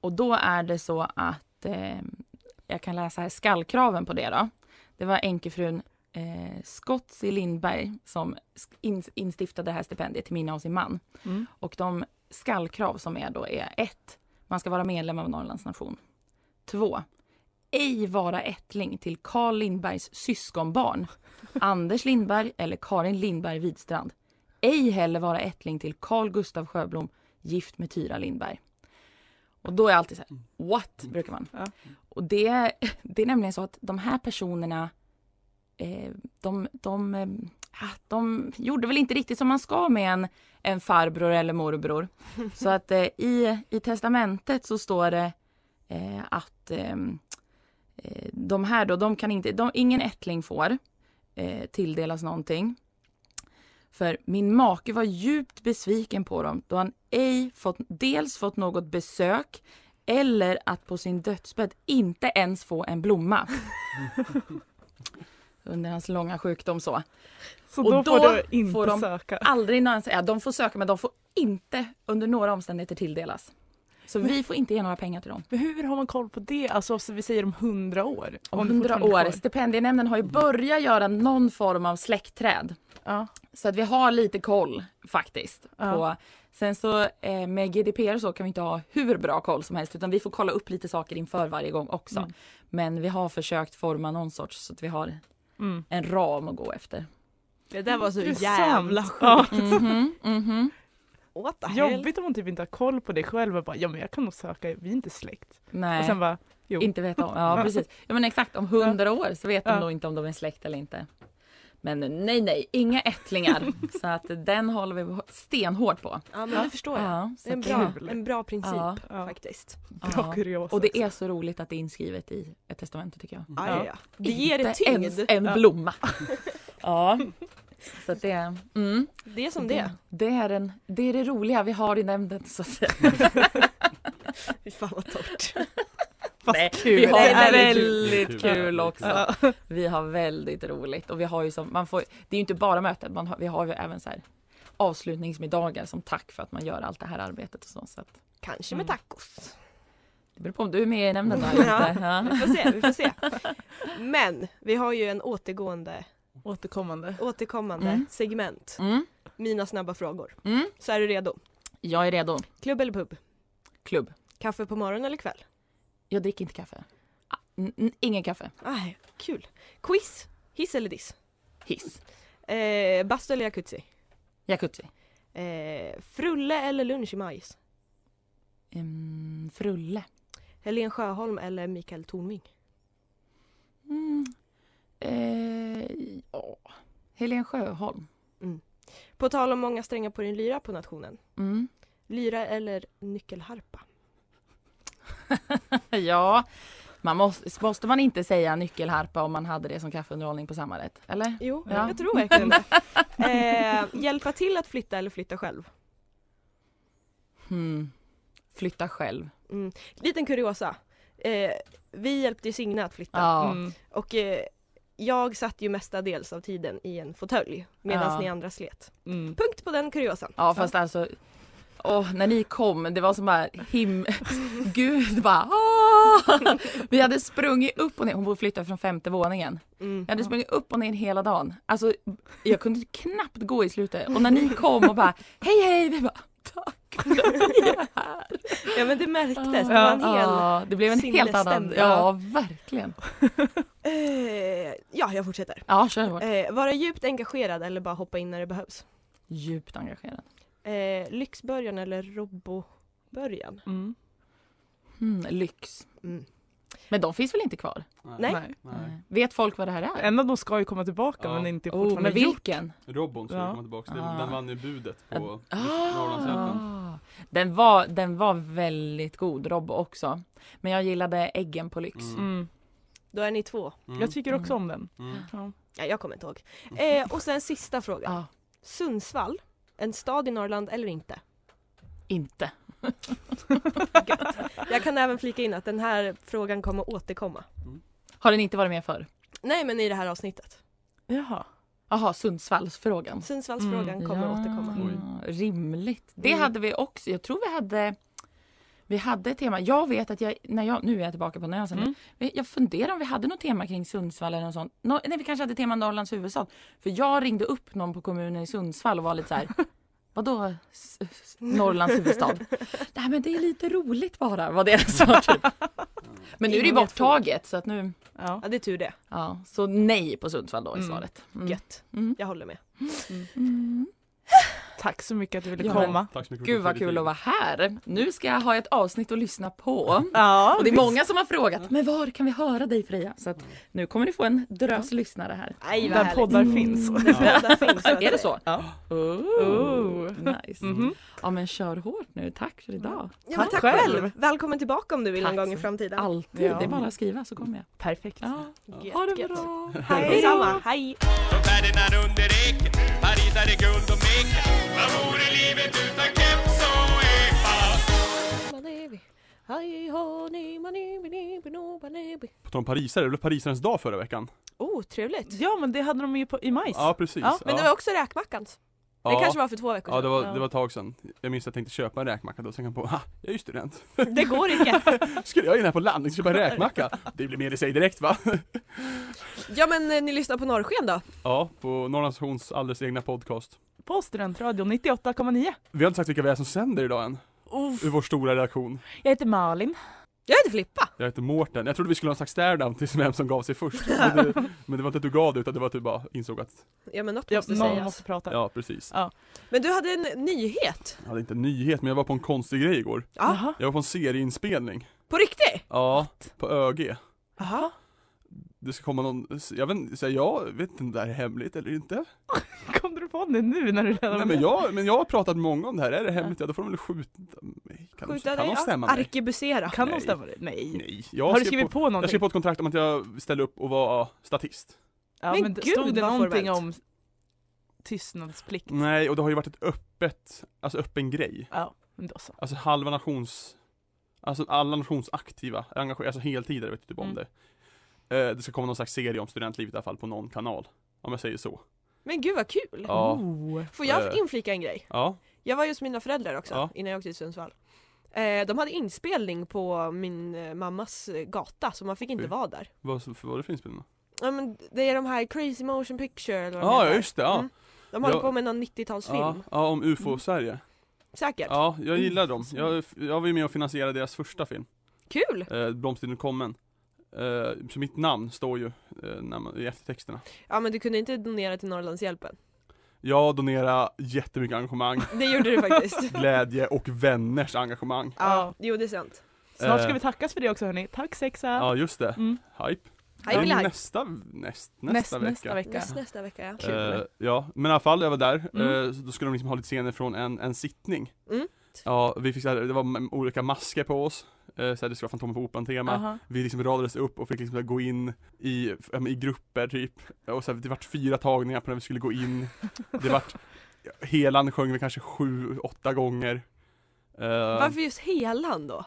S6: Och då är det så att eh, jag kan läsa här skallkraven på det då. Det var änkefrun eh, Scotzi Lindberg som sk- in, instiftade det här stipendiet till minne av sin man.
S5: Mm.
S6: Och de skallkrav som är då är ett, Man ska vara medlem av Norrlands nation. Två, Ej vara ättling till Carl Lindbergs syskonbarn Anders Lindberg eller Karin Lindberg Widstrand. Ej heller vara ättling till Carl Gustav Sjöblom gift med Tyra Lindberg. Och då är jag alltid så här, what? brukar man.
S5: Ja.
S6: Och det, det är nämligen så att de här personerna, eh, de, de, eh, ah, de gjorde väl inte riktigt som man ska med en, en farbror eller morbror. Så att eh, i, i testamentet så står det eh, att eh, eh, de här då, de kan inte, de, ingen ättling får eh, tilldelas någonting. För min make var djupt besviken på dem då han ej fått, dels fått något besök eller att på sin dödsbädd inte ens få en blomma. Under hans långa sjukdom så.
S5: Så
S6: Och
S5: då, får
S6: då
S5: du inte
S6: får de- Ah.
S5: söka.
S6: Aldrig någonsin, ja, de får söka men de får inte under några omständigheter tilldelas. Så vi får inte ge några pengar till dem.
S5: Men hur har man koll på det? Alltså så vi säger om hundra år.
S6: Om
S5: det
S6: 100
S5: fortfarande
S6: år. Stipendienämnden har ju börjat göra någon form av släktträd.
S5: Ja.
S6: Så att vi har lite koll faktiskt.
S5: Ja.
S6: På. Sen så eh, med GDPR och så kan vi inte ha hur bra koll som helst utan vi får kolla upp lite saker inför varje gång också.
S5: Mm.
S6: Men vi har försökt forma någon sorts så att vi har
S5: Mm.
S6: en ram att gå efter.
S4: Det där var så
S5: Intressant.
S4: jävla sjukt. Mm.
S5: Ja.
S6: Mhm, mhm.
S4: What the hell?
S5: Jobbigt om man typ inte har koll på det själv och bara ja men jag kan nog söka, vi är inte släkt. Och
S6: Nej,
S5: sen bara jo.
S6: inte veta om. Ja precis. Ja men exakt om hundra år så vet de
S5: Ja.
S6: nog inte om de är släkt eller inte. Men nej nej, inga ättlingar. så att den håller vi stenhårt på.
S4: Ja men det förstår jag.
S6: Ja, så
S4: Det är en
S6: att
S4: bra,
S5: Kul.
S4: en bra princip
S6: Ja.
S5: Ja.
S4: faktiskt.
S5: Bra
S6: ja.
S5: kuriosa.
S6: Och det är så roligt att det är inskrivet i ett testamente tycker jag.
S4: Ja.
S5: Ja.
S4: Ja. Det ger det
S6: Inte ens
S4: tyngd.
S6: en
S5: Ja.
S6: blomma. ja. Så att det, mm,
S4: Det är som det.
S6: det, är en, det är det roliga vi har i nämnden så att säga.
S4: Fy fan vad torrt.
S5: Fast
S6: Nej,
S5: kul.
S6: Vi har
S4: Det är
S6: väldigt
S3: kul.
S6: kul,
S3: Kul.
S6: också. Vi har väldigt roligt och vi har ju som, man får, det är ju inte bara möten, man har, vi har ju även så här avslutningsmiddagar som tack för att man gör allt det här arbetet och så. så att,
S4: Kanske med
S5: Mm.
S4: tacos.
S6: det beror på om du är med i nämnden då eller inte. Ja.
S4: Vi får se, vi får se. Men vi har ju en återgående,
S5: Återkommande.
S4: återkommande
S6: Mm.
S4: segment.
S6: Mm,
S4: Mina snabba frågor.
S6: mm.
S4: Så är du redo?
S6: Jag är redo.
S4: Klubb eller pub?
S6: Klubb.
S4: Kaffe på morgonen eller kväll?
S6: Jag dricker inte kaffe. Ah, n- n- ingen kaffe.
S4: Nej, kul. Quiz? Hiss eller diss?
S6: Hiss.
S4: Eh, bastu eller jacuzzi?
S6: Jacuzzi.
S4: Eh, frulle eller lunch i majs?
S6: Mm, frulle.
S4: Helen Sjöholm eller Mikael Tornving?
S6: Mm. Eh, ja. Helen Sjöholm.
S4: På tal om många strängar på din lyra på nationen.
S6: Mm.
S4: Lyra eller nyckelharpa?
S6: ja, man måste, måste man inte säga nyckelharpa om man hade det som kaffeunderhållning på samma rätt? Eller?
S4: Jo,
S6: Ja.
S4: jag tror verkligen det. Eh, hjälpa till att flytta eller flytta själv?
S6: Hmm. Flytta själv.
S4: Mm. Liten kuriosa. Eh, vi hjälpte ju Signe att flytta
S6: Ja.
S5: Mm.
S4: och eh, jag satt ju mestadels av tiden i en fåtölj medan
S6: Ja.
S4: ni andra slet.
S5: Mm.
S4: Punkt på den kuriosan.
S6: ja, fast alltså Åh, när ni kom, det var som bara him... Gud bara "Ah!" Vi hade sprungit upp och ner, hon flyttade från femte våningen.
S4: Mm.
S6: Jag hade sprungit upp och ner hela dagen. Alltså jag kunde knappt gå i slutet. Och när ni kom och bara hej hej, vi bara tack. vi är här."
S7: Ja men det märktes, det var
S5: Ja.
S7: en hel...
S6: Ja, det blev en helt annan.
S7: sinnesstämning.
S6: Ja, verkligen.
S4: Eh, ja, jag fortsätter.
S6: Ja, kör hårt.
S4: Eh, vara djupt engagerad eller bara hoppa in när det behövs.
S6: Djupt engagerad.
S4: Eh, lyxbörjan eller robobörjan?
S5: Mm.
S6: Mm, lyx.
S4: Mm.
S6: Men de finns väl inte kvar? Eh,
S4: Nej.
S3: Nej.
S6: Vet folk vad det här är?
S5: En av dem ska ju komma tillbaka
S3: Ja.
S5: men inte
S6: Oh,
S5: fortfarande
S6: men
S5: gjort.
S6: vilken?
S3: Robon skulle
S5: Ja.
S3: komma tillbaka,
S6: Ah.
S3: ah. den vann ju budet på Norrlandshjälpen.
S6: Ah, den, var, den var väldigt god, Rob också. Men jag gillade äggen på lyx.
S3: Mm.
S5: Mm.
S4: Då är ni två.
S3: Mm.
S5: Jag tycker också om den.
S3: Mm.
S4: Ja, jag kommer inte ihåg. Eh, och sen sista frågan.
S6: Mm. Ja,
S4: Sundsvall, en stad i Norrland eller inte?
S6: inte.
S4: Jag kan även flika in att den här frågan kommer återkomma.
S3: Mm.
S6: Har den inte varit med förr?
S4: Nej men i det här avsnittet.
S5: Jaha.
S6: Jaha, Sundsvallsfrågan.
S4: Sundsvallsfrågan kommer
S6: Mm. ja,
S4: återkomma.
S6: Rimligt. Det
S4: Mm.
S6: hade vi också. Jag tror vi hade vi hade ett tema. Jag vet att jag, när jag, nu är jag tillbaka på Nösen.
S5: Mm.
S6: Jag funderar om vi hade något tema kring Sundsvall eller något sånt. Nå, nej, vi kanske hade tema Norrlands huvudstad. För jag ringde upp någon på kommunen i Sundsvall och var lite så här. Vadå s- s- Norrlands huvudstad? nej men det är lite roligt bara, var det jag sa typ. Men nu är det ju
S4: Ingen
S6: borttaget så att nu,
S5: Ja.
S4: Ja det är tur det.
S6: ja. Så nej på Sundsvall då i
S5: Mm.
S6: svaret. Mm.
S4: Gött.
S6: Mm.
S4: Jag håller med.
S6: Mm.
S5: Tack så mycket att du ville
S6: Ja.
S5: komma.
S3: Tack så mycket för
S6: Gud vad
S3: tidigt
S6: kul att vara här. Nu ska jag ha ett avsnitt att lyssna på.
S5: Ja.
S6: Och det är många som har frågat, men var kan vi höra dig Freja? Så att nu kommer ni få en drös lyssnare här.
S4: Nej vad
S5: Där
S4: härligt.
S5: poddar finns.
S4: Poddar finns,
S6: Är det så?
S5: Ja.
S6: Oh, nice.
S3: Mm.
S5: Mhm.
S6: Ja men kör hårt nu, tack för idag.
S4: Ja, men tack
S5: Tack
S4: själv.
S5: själv.
S4: Välkommen tillbaka om du vill
S6: Tack
S4: en gång
S6: så
S4: i framtiden.
S6: Alltid,
S5: Ja.
S6: det är bara att skriva så kommer jag.
S5: Perfekt.
S6: Ja.
S4: Gött,
S6: Ha det
S4: gött.
S6: bra.
S4: Hej. Detsamma. Hej.
S2: Från Ferdinand under eken Paris är det guld och meken Vad vore livet utan keps och epa?
S3: På tal om parisare, det blev parisarens dag förra veckan.
S4: Oh trevligt.
S5: Ja men det hade de ju på, i majs.
S3: Ja precis.
S5: Ja,
S4: Men det var också räkmackans.
S3: ja.
S4: Det kanske var för två veckor
S3: Ja
S4: sedan.
S3: det var,
S5: Ja.
S3: det var ett tag sedan. Jag minns att jag tänkte köpa en räkmacka då, sen kom jag på, ha, jag är ju student.
S4: Det går inte.
S3: Skulle jag in här på landning och köpa en räkmacka? Det blir mer i sig direkt va?
S4: Ja men eh, ni lyssnar på Norrsken då?
S3: Ja, på Norrlands Stations alldeles egna podcast.
S5: På Studentradion 98,9.
S3: Vi har inte sagt vilka vi är som sänder idag än,
S5: Uff.
S3: ur vår stora redaktion.
S5: Jag heter Malin.
S4: Jag heter Filippa.
S3: Jag heter Mårten, jag trodde vi skulle ha en slags stare till vem som gav sig först. Men det, men det var inte att du gav det utan det var att du bara insåg att,
S4: Ja men något
S5: Ja,
S4: måste
S5: någon
S4: sägas.
S5: måste prata.
S3: ja precis.
S4: Men du hade en nyhet.
S3: Jag hade inte en nyhet men jag var på en konstig grej igår.
S4: Ja.
S5: Jaha.
S3: Jag var på en serieinspelning.
S4: På riktigt?
S3: Ja, på ÖG.
S5: Jaha.
S3: Det ska komma någon, jag vet inte, så här, jag vet inte om det här är hemligt eller inte.
S5: Kom du på det nu när du redan
S3: Nej men jag, men jag har pratat med många om det här, är det hemligt ja då får de väl skjuta mig. Kan de, kan de stämma mig?
S4: Arkebusera.
S5: Kan de
S3: Nej.
S5: stämma dig? Nej.
S3: Nej, jag
S5: Har du
S3: skrev
S5: skrivit på,
S3: Jag
S5: någonting?
S3: skrev på ett kontrakt om att jag ställer upp och var statist.
S5: Ja,
S4: Men
S5: men
S4: gud,
S5: stod det
S4: vad
S5: någonting om
S4: formellt.
S5: tystnadsplikt?
S3: Nej, och det har ju varit ett öppet, alltså öppen grej.
S5: Ja, men då så.
S3: Alltså halva nations, alltså alla nationsaktiva, engagerade, alltså heltider vet du typ om
S5: Mm.
S3: det. Eh, det ska komma någon slags serie om studentlivet i alla fall på någon kanal. Om jag säger så.
S4: Men gud vad kul!
S3: Ja.
S5: Oh.
S4: Får jag
S3: Eh.
S4: inflika en grej?
S3: Ja,
S4: Jag var just mina föräldrar också
S3: Ja.
S4: innan jag åkte till Sundsvall. Eh, de hade inspelning på min eh, mammas eh, gata så man fick inte
S3: Oj.
S4: vara där.
S3: vad, vad var det för inspelning?
S4: Ja, men det är de här Crazy Motion Picture eller vad de
S3: Ja,
S4: heter.
S3: ja just det, ja.
S4: Mm. De håller
S3: Jag-
S4: på med någon
S3: Ja,
S4: 90-talsfilm.
S3: ja, om UFO-Sverige.
S4: Säkert.
S3: Ja, jag gillar dem. Jag, jag var ju med och finansierade deras första film,
S4: Kul!
S3: eh, Blomstertiden kommen. Eh, så mitt namn står ju eh, när man, i eftertexterna.
S4: Ja men du kunde inte donera till Norrlandshjälpen.
S3: Jag donerar jättemycket engagemang,
S4: Det gjorde du faktiskt.
S3: glädje och vänners engagemang.
S4: ja, jo det är sant.
S5: Snart ska
S3: Eh.
S5: vi tackas för det också hörni. Tack sexa.
S3: Ja just det,
S5: Mm.
S3: hype.
S4: Hej
S3: Men
S4: Billy
S3: nästa, näst, nästa,
S5: Näst,
S3: vecka.
S5: nästa vecka.
S4: Näst, nästa vecka ja.
S5: Kul.
S3: Eh, ja, men i alla fall, jag var där.
S5: Mm.
S3: Eh, så då skulle de liksom ha lite scener från en, en sittning.
S4: Mm.
S3: Ja, vi fick så här, det var m- olika masker på oss. Eh, så här, det skulle vara Fantomen på Operan-tema.
S5: Aha.
S3: Vi liksom radades upp och fick liksom så här, gå in i, ja, men i grupper typ. Och så här, det vart fyra tagningar på när vi skulle gå in. Det vart, Helan sjöng vi kanske sju, åtta gånger. Eh,
S4: Varför just Helan då?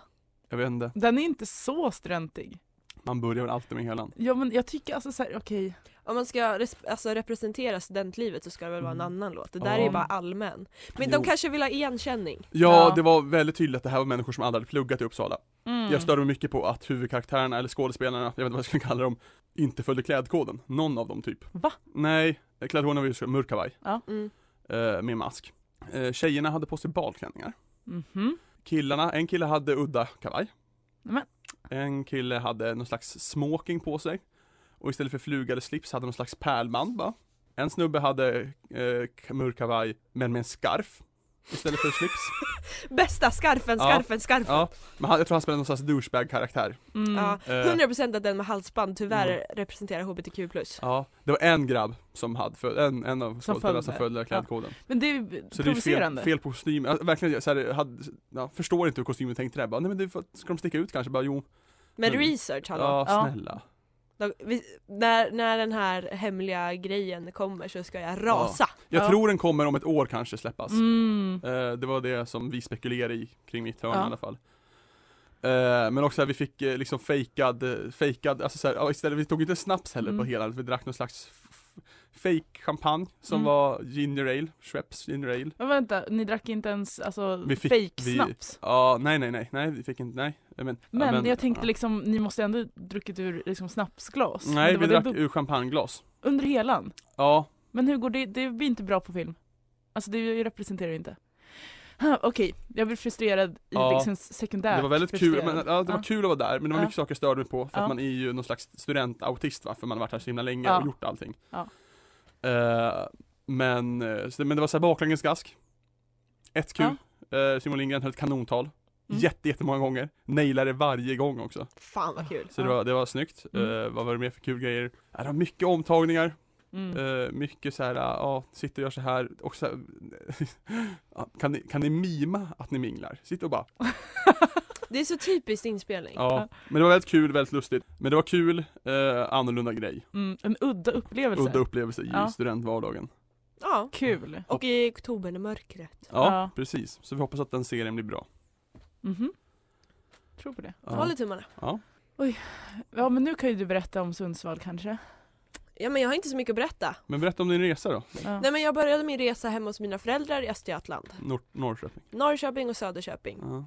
S3: Jag vet inte.
S5: Den är inte så sträntig.
S3: Man börjar väl alltid med helan.
S5: Ja men jag tycker alltså såhär, okej.
S4: Om man ska res- alltså representera studentlivet så ska det väl vara en
S3: Mm.
S4: annan låt. Det där är
S3: Ja.
S4: ju bara allmän. Men
S3: Jo.
S4: de kanske vill ha igenkänning.
S3: Ja,
S5: Ja.
S3: det var väldigt tydligt att det här var människor som aldrig hade pluggat i Uppsala.
S5: Mm.
S3: Jag störde mig mycket på att huvudkaraktärerna, eller skådespelarna, jag vet inte vad jag skulle kalla dem, inte följde klädkoden. Någon av dem typ.
S5: Va?
S3: Nej, klädkoden var ju mörk kavaj,
S4: Mm.
S3: eh, med mask. Eh, Tjejerna hade på sig balklänningar.
S5: Mhm.
S3: Killarna, en kille hade udda kavaj.
S5: Men.
S3: En kille hade någon slags smoking på sig. Och istället för flugade slips hade någon slags pärlband va? En snubbe hade eh, k- mörk kavaj, men med en scarf. Istället för slips.
S4: Bästa, skarfen,
S3: Ja.
S4: skarfen, skarfen.
S3: Ja, men han, jag tror han spelade någon slags douchebag-karaktär.
S5: Mm.
S4: Ja.
S3: Eh.
S4: 100% att den med halsband tyvärr
S3: Mm.
S4: representerar HBTQ+.
S3: Ja, det var en grabb som hade, för, en, en av skådespelarna som
S5: följde.
S3: följde klädkoden.
S5: Men det är ju
S3: Så det är fel,
S5: provocerande.
S3: fel på kostymen, alltså, verkligen så här, hade, ja, förstår inte hur kostymen tänkte där, bara, nej men det är för att, ska de sticka ut kanske? Bara jo,
S4: Men
S3: Mm.
S4: research hallå.
S3: ja
S5: Ja.
S3: snälla.
S4: De, vi, när, när den här hemliga grejen kommer så ska jag rasa.
S3: Jag
S5: Ja.
S3: tror den kommer om ett år kanske släppas.
S5: Mm.
S3: Eh, det var det som vi spekulerade i kring mitt hörn
S5: Ja.
S3: i alla fall. Eh, men också att vi fick eh, liksom fejkad, eh, fejkad, alltså så här, ja, istället, vi tog inte snaps heller
S5: Mm.
S3: på hela, vi drack någon slags f- f- fake champagne som
S5: Mm.
S3: var ginger ale, Schweppes ginger ale.
S5: Men vänta, ni drack inte ens alltså
S3: Vi fick-
S5: fejksnaps?
S3: Ja, nej nej nej, nej vi fick inte, nej. Men, ja,
S5: Men, jag tänkte
S3: ja.
S5: liksom, ni måste ändå druckit ur liksom, snapsglas? Men
S3: Nej
S5: det
S3: vi
S5: var
S3: drack
S5: det bu-
S3: ur champagneglas.
S5: Under helan?
S3: Ja,
S5: Men hur går det? Det blir inte bra på film. Alltså det representerar ju inte. Ha, Okej, jag blir frustrerad i
S3: Ja,
S5: liksom sekundärt
S3: det var väldigt kul,
S5: frustrerad.
S3: men, ja, det var
S5: Ja.
S3: kul att vara där men det var
S5: Ja.
S3: mycket saker jag störde mig på för
S5: Ja.
S3: att man är ju någon slags studentautist va, för man har varit här så himla länge
S5: Ja.
S3: och gjort allting.
S5: Ja.
S3: Eh, men, eh, så det, men det var såhär baklänges gask. Ett kul. Eh, Simon Lindgren höll ett kanontal.
S5: Mm.
S3: Jätte, jättemånga gånger. Nailade varje gång också.
S4: Fan vad kul.
S3: Så det, var, det var snyggt.
S5: Mm.
S3: Eh, vad var det mer för kul grejer? Ja, det var mycket omtagningar.
S5: Mm.
S3: Eh, mycket så här, ja, ah, sitter och gör så här och så här, Ja, kan, ni, kan ni mima att ni minglar? Sitt och bara,
S4: Det är så typiskt inspelning.
S3: ja. Men det var väldigt kul, väldigt lustigt. Men det var kul, eh, annorlunda grej.
S5: Mm. En udda upplevelse.
S3: Udda upplevelse i
S5: Ja.
S3: studentvardagen.
S4: Ja.
S5: Kul.
S4: Och i oktobernmörkret.
S3: Ja,
S5: Ja.
S3: precis. Så vi hoppas att den serien blir bra.
S5: Mhm. Tror på det.
S3: Ja.
S4: Håller tummarna.
S3: Ja.
S5: Ja men nu kan ju du berätta om Sundsvall kanske?
S4: Ja men jag har inte så mycket att berätta.
S3: Men berätta om din resa då,
S5: Ja.
S4: Nej men jag började min resa hemma hos mina föräldrar i Östergötland.
S3: Nor- Norrköping.
S4: Norrköping och Söderköping.
S3: Ja.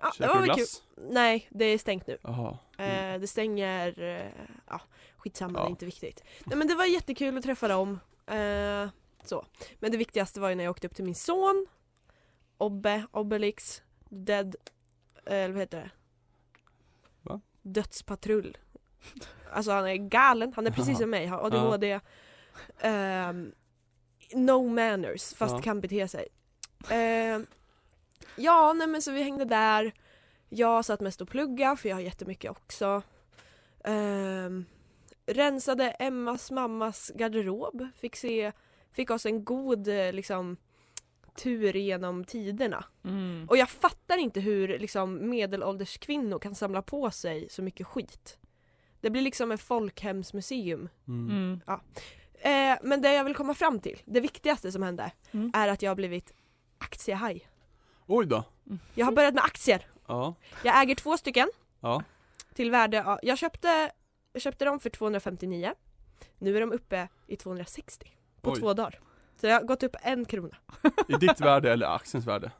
S4: Ja, det
S3: Käkar
S4: var
S3: du
S4: väl kul.
S3: glass?
S4: Nej, det är stängt nu.
S3: Jaha.
S4: Eh, det stänger, eh, ja skitsamma det
S3: Ja.
S4: är inte viktigt. Nej men det var jättekul att träffa dem. Eh, så. Men det viktigaste var ju när jag åkte upp till min son Obbe, Obelix, Dead, eh, eller vad heter det?
S3: Va?
S4: Dödspatrull. Alltså han är galen, han är precis
S3: Jaha.
S4: som mig, har ADHD. Ehm, no manners, fast
S3: Ja.
S4: kan bete sig. Ehm, ja, nej men så vi hängde där. Jag satt mest och plugga för jag har jättemycket också. Ehm, rensade Emmas mammas garderob. Fick, se, fick oss en god eh, liksom, tur genom tiderna.
S5: Mm.
S4: Och jag fattar inte hur liksom, medelålders kvinnor kan samla på sig så mycket skit. Det blir liksom ett folkhemsmuseum.
S3: Mm.
S5: Mm.
S4: Eh, men det jag vill komma fram till, det viktigaste som hände,
S5: Mm.
S4: är att jag har blivit aktiehaj.
S3: Oj då.
S4: Jag har börjat med aktier.
S3: Ja.
S4: Jag äger två stycken.
S3: Ja.
S4: till värde av, jag köpte, jag köpte dem för 259 Nu är de uppe i 260 på
S3: Oj.
S4: två dagar Så jag har gått upp en krona
S3: I ditt värde eller axelns värde?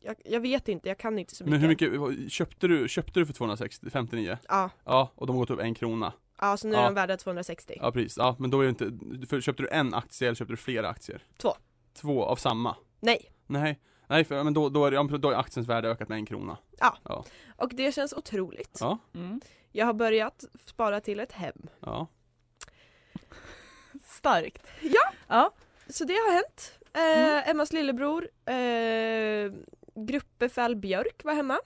S4: Jag, jag vet inte, jag kan inte så
S3: Men
S4: mycket
S3: hur mycket, köpte du, köpte du för 260, 59?
S4: Ja,
S3: Ja, och de har gått upp en krona.
S4: ja så nu
S3: Ja.
S4: är de värda 260
S3: Ja precis, ja men då är det inte, för köpte du en aktie eller köpte du flera aktier?
S4: Två.
S3: Två av samma?
S4: Nej!
S3: Nej, nej för, men då, då, är, det- ja, men då är aktiens värde ökat med en krona.
S4: Och det känns otroligt
S3: Ja.
S5: Mm.
S4: Jag har börjat spara till ett hem
S3: Ja,
S5: Starkt.
S4: Så det har hänt eh, Emmas lillebror eh, Gruppbefäl Björk var hemma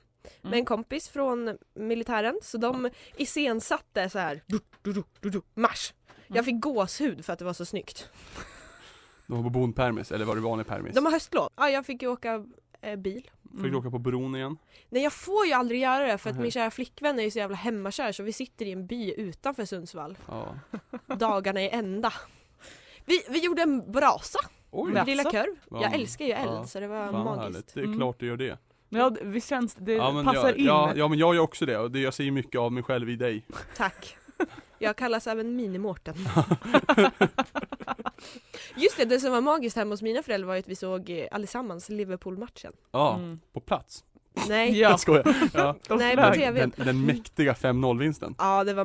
S4: med
S5: Mm.
S4: en kompis från militären så de iscensatte så här du, du, du, du, du, marsch.
S3: Mm.
S4: Jag fick gåshud för att det var så snyggt.
S3: de var på bondpermis, eller var det vanlig permis?
S4: De har höstlov. Ja, jag fick ju åka eh, bil.
S3: Fick du åka på bron igen?
S4: Nej jag får ju aldrig göra det för att
S3: Mhm.
S4: min kära flickvän är ju så jävla hemmakär så vi sitter i en by utanför Sundsvall
S3: Ja.
S4: dagarna i ända. Vi, vi gjorde en brasa,
S3: Oj!
S5: Ja.
S4: grilla
S5: Jaså?
S4: kurv.
S3: Vad-
S4: Jag älskar ju eld
S3: ja.
S4: så det var
S3: Fan vad
S4: magiskt.
S3: härligt, det är
S5: Mm.
S3: klart du gör det.
S5: Ja, det- visst känns det,
S3: Ja men,
S5: passar
S3: jag,
S5: in.
S3: ja, ja men jag gör också det och det, jag ser ju mycket av mig själv i dig.
S4: Tack. Jag kallas även Mini-Mårten. Just det, det som var magiskt hemma hos mina föräldrar var ju att vi såg eh, allesammans Liverpool-matchen.
S3: Ja,
S5: Mm.
S3: på plats.
S4: Nej,
S5: Ja,
S3: Jag skojar. Ja.
S5: de
S4: Nej,
S5: flög.
S4: på TV.
S3: Den, den mäktiga 5-0-vinsten.
S4: ja det var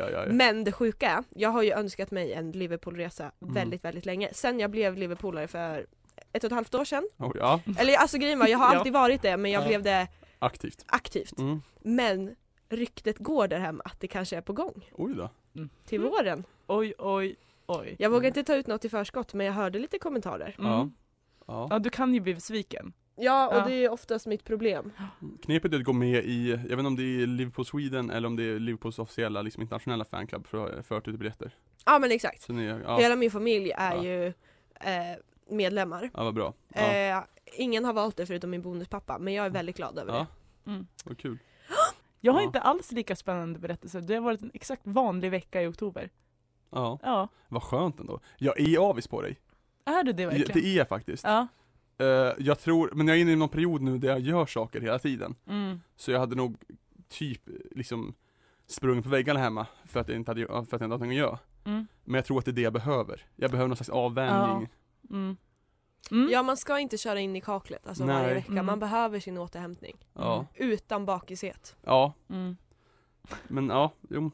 S3: Aj, aj, aj.
S4: Men det sjuka är, jag har ju önskat mig en Liverpoolresa
S3: Mm.
S4: väldigt, väldigt länge. Sen jag blev Liverpoolare för ett och ett halvt år sedan.
S3: Oj, Ja,
S4: Eller alltså grejen var, jag har
S5: Ja.
S4: alltid varit det men jag
S3: Ja.
S4: blev det
S3: aktivt.
S4: aktivt.
S3: Mm.
S4: Men ryktet går där hemma att det kanske är på gång
S3: Oj då.
S4: till våren.
S5: Oj, oj, oj.
S4: Jag vågar inte ta ut något i förskott men jag hörde lite kommentarer.
S3: Ja.
S5: Mm.
S3: Ja.
S5: Ja, du kan ju bli besviken.
S4: Ja och
S5: Ja.
S4: det är ju oftast mitt problem.
S3: Knepet är att gå med i, jag vet inte om det är Liverpool Sweden eller om det är Liverpools officiella liksom internationella fanclub för förtursbiljetter.
S4: Ja men exakt.
S3: Så ni, ja,
S4: Hela min familj är
S3: Ja.
S4: ju eh, medlemmar.
S3: ja vad bra. Ja, Mm.
S4: Eh, ingen har valt det förutom min bonuspappa men jag är väldigt glad över
S3: Ja.
S4: det.
S3: vad kul.
S5: Jag har
S3: Ja.
S5: inte alls lika spännande berättelser. Det har varit en exakt vanlig vecka i oktober.
S3: Ja,
S5: Ja,
S3: vad skönt ändå. Jag är avis på dig.
S5: är du det
S3: Ja,
S5: verkligen?
S3: Det är jag faktiskt.
S5: Ja.
S3: Eh, jag tror, men jag är inne i någon period nu där jag gör saker hela tiden.
S5: Mm.
S3: Så jag hade nog typ liksom sprungit på väggarna hemma för att jag inte hade, för att jag inte hade någonting att göra.
S5: Mm.
S3: Men jag tror att det är det jag behöver. Jag behöver någon slags avvänjning.
S5: Mm. Mm.
S4: Ja man ska inte köra in i kaklet alltså varje
S3: Nej.
S4: vecka,
S5: Mm.
S4: man behöver sin återhämtning.
S3: Ja.
S4: Utan bakishet.
S3: Ja,
S5: Mm.
S3: men ja, jo.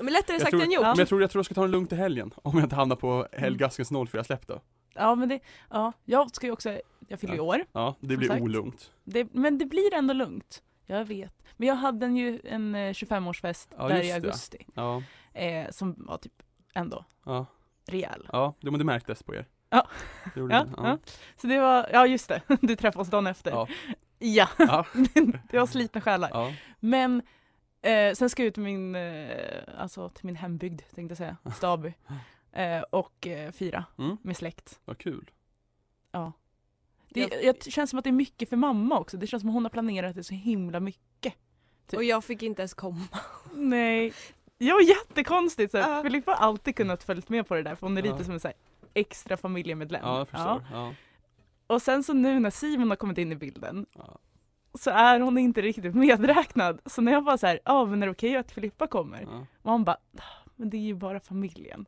S4: Men lättare
S3: Jag
S4: sagt
S3: tror-
S4: än gjort.
S5: Ja. Mm.
S3: Men jag tror, jag tror jag ska ta det lugnt i helgen. Om jag inte hamnar på helgaskens 04 släpp då.
S5: Ja, men det, ja, jag ska ju också, jag fyller ju år,
S3: Ja, det
S5: Som
S3: blir
S5: sagt.
S3: olugnt.
S5: det, men det blir ändå lugnt. Jag vet. Men jag hade en, ju en eh, 25-årsfest
S3: Ja,
S5: där
S3: just
S5: i
S3: det.
S5: augusti,
S3: Ja,
S5: eh, som var typ ändå
S3: ja,
S5: rejäl.
S3: ja, jo, men det märktes på er.
S5: Ja.
S3: Det gjorde
S5: Ja,
S3: det.
S5: ja. Så det var, ja just det, du träffade oss dagen efter.
S3: Ja.
S5: Ja,
S3: Ja.
S5: det var slitna själar.
S3: ja.
S5: Men eh, sen ska jag ut till min, eh, alltså till min hembygd tänkte jag säga, Staby. Eh, och eh, fira
S3: Mm.
S5: med släkt.
S3: Vad kul.
S5: Ja. Det jag, det känns som att det är mycket för mamma också. Det känns som att hon har planerat det så himla mycket.
S4: Och jag fick inte ens komma.
S5: Nej. Ja, jättekonstigt. Så här,
S4: Ja.
S5: Filippa har alltid kunnat följt med på det där för hon är
S3: Ja.
S5: lite som en så här, extra familjemedlem.
S3: Ja, jag
S5: Ja.
S3: förstår. Ja.
S5: Och sen så nu när Simon har kommit in i bilden
S3: Ja.
S5: så är hon inte riktigt medräknad. Så när jag bara så här, ja men är det okej att Filippa kommer?
S3: Ja.
S5: Och han bara, "Ah, men det är ju bara familjen.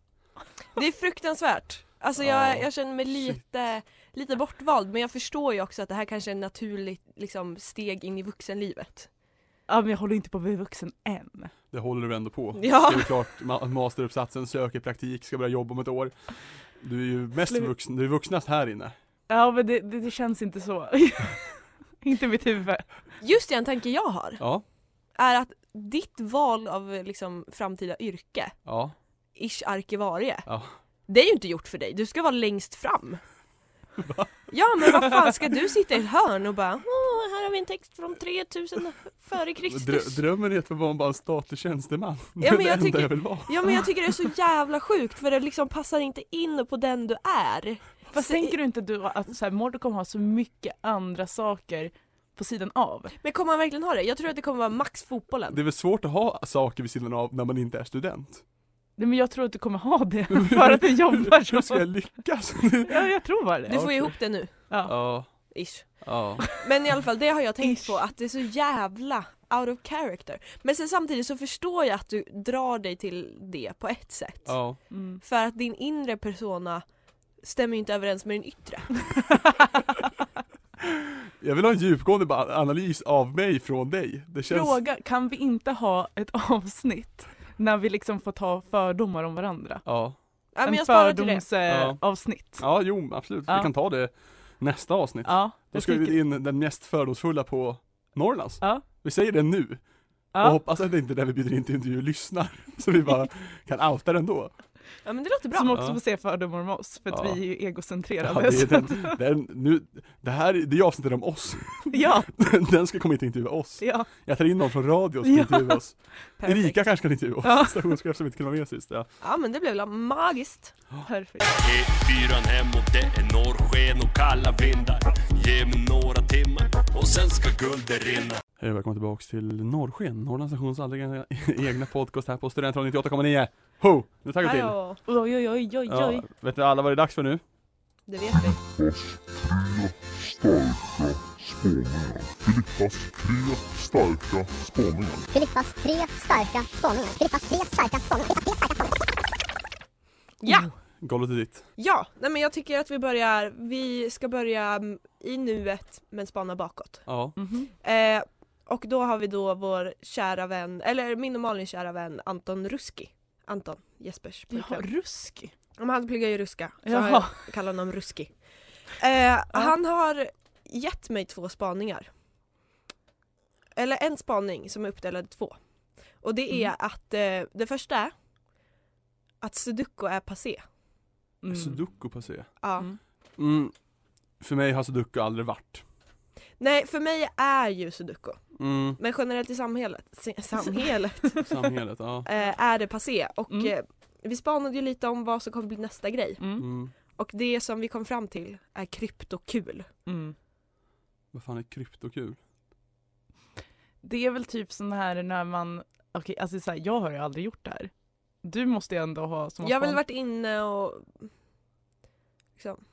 S4: Det är fruktansvärt. Alltså
S3: Ja.
S4: jag, jag känner mig
S3: Shit.
S4: lite, lite bortvald men jag förstår ju också att det här kanske är ett naturligt liksom, steg in i vuxenlivet.
S5: Ja men jag håller inte på att bli vuxen än.
S3: Det håller du ändå på.
S4: Ja.
S3: Det är klart, ma- masteruppsatsen, söker praktik, ska börja jobba om ett år. Du är ju mest
S5: Slut.
S3: vuxen, du är vuxnast här inne.
S5: Ja men det, det, det känns inte så. inte i mitt huvud.
S4: Just det, en tanke jag har
S3: Ja,
S4: är att ditt val av liksom, framtida yrke,
S3: ja,
S4: ish arkivarie,
S3: ja.
S4: det är ju inte gjort för dig. Du ska vara längst fram. Ja men vad fan ska du sitta i ett hörn och bara Åh, här har vi en text från 3000 före
S3: Drö-
S4: Kristus.
S3: drömmen är att få vara bara en statlig tjänsteman. Det
S4: Ja,
S3: är
S4: men
S3: det
S4: jag
S3: enda
S4: tycker-
S3: jag vill vara.
S4: Ja men jag tycker det är så jävla sjukt för det liksom passar inte in på den du är.
S5: Fast tänker du inte du att så här, Mordor kommer ha så mycket andra saker på sidan av?
S4: Men kommer han verkligen ha det? Jag tror att det kommer vara max fotbollen.
S3: Det är väl svårt att ha saker vid sidan av när man inte är student?
S5: Nej men jag tror att du kommer ha det för att du jobbar
S3: Hur ska jag
S5: så.
S3: lyckas?
S5: Ja jag tror bara
S4: Du
S5: det.
S4: får
S3: okej.
S4: ihop det nu.
S5: Ja.
S3: Ja,
S4: Ish.
S3: ja,
S4: Men i alla fall det har jag tänkt
S5: Ish.
S4: på att det är så jävla out of character. Men sen samtidigt så förstår jag att du drar dig till det på ett sätt.
S3: ja.
S5: Mm.
S4: För att din inre persona stämmer ju inte överens med din yttre.
S3: Jag vill ha en djupgående ba- analys av mig från dig. Det känns...
S5: Fråga, kan vi inte ha ett avsnitt när vi liksom får ta fördomar om varandra?
S3: Ja,
S4: Ja men
S5: en
S4: jag sparar till det.
S3: Ja.
S5: fördomsavsnitt.
S3: ja jo absolut.
S5: Ja.
S3: Vi kan ta det nästa avsnitt.
S5: Ja,
S3: Då
S5: jag
S3: ska vi
S5: tycker-
S3: in den mest fördomsfulla på Norrlands.
S5: Ja.
S3: Vi säger det nu.
S5: ja.
S3: Och hoppas att det inte är där vi bjuder in till intervju lyssnar. Så vi bara kan outa den då.
S4: Ja men det låter bra.
S5: Som också
S3: Ja.
S5: får se fördomar om oss, för att
S3: Ja.
S5: vi är ju egocentrerade.
S3: Ja, det, är den, den, nu, det här det är avsnittet om oss.
S5: ja,
S3: Den ska komma hit och intervjua oss.
S5: ja.
S3: Jag tar in någon från radio som
S5: Ja.
S3: intervjuar oss.
S4: Perfekt.
S3: Erika kanske kan intervjua oss.
S5: Ja.
S3: Stationschef som inte kunde vara med sist. Ja.
S4: Ja men det blev väl magiskt.
S5: Perfekt.
S2: E4 hemåt, det är norrsken och kalla vindar. Ge mig några timmar och sen ska guldet rinna.
S3: Hej och välkomna tillbaks till Norrsken, Norrlands stations alldeles egna podcast här på Studentradion 98,9. Ho! Nu taggar vi till.
S4: Hallå.
S5: Oj, oj, oj, oj,
S3: Ja,
S5: oj.
S3: vet ni alla vad det är dags för nu?
S4: Det vet vi.
S8: Fast starka Spånare. Filippas tre starka spaningar.
S9: Filippas tre starka spaningar. Filippas tre starka spaningar. Filippas tre starka spaningar.
S4: Ja!
S3: Golvet är ditt.
S4: Ja, nej men jag tycker att vi börjar, vi ska börja mm, i nuet men spana bakåt.
S3: Ja.
S6: Mhm.
S4: Eh, och då har vi då vår kära vän, eller min och Malins kära vän Anton Ruski. Anton, Jespers
S5: Jaha,
S4: pojkvän.
S5: ruski.
S4: Om han pluggar ju ryska, så
S5: Jaha.
S4: har jag kallar honom Ruski. Eh, Han har gett mig två spaningar. Eller en spaning som är uppdelad i två. Och det
S5: Mm.
S4: är att, eh, det första är att sudoku är passé.
S5: Mm.
S3: Sudoku passé.
S4: Ja.
S5: Mm.
S3: Mm. För mig har sudoku aldrig varit.
S4: Nej, för mig är ju sudoku.
S3: Mm.
S4: Men generellt i samhället, se- samhället
S3: Samhället, ja.
S4: eh, är det passé. Och
S5: Mm.
S4: eh, vi spanade ju lite om vad som kommer bli nästa grej.
S5: Mm.
S3: Mm.
S4: Och det som vi kom fram till är kryptokul.
S5: Mm.
S3: Vad fan är kryptokul?
S5: Det är väl typ sån här när man, okej alltså så här, jag har ju aldrig gjort det här. Du måste ju ändå ha som
S4: Jag har väl
S5: span-
S4: varit inne och liksom,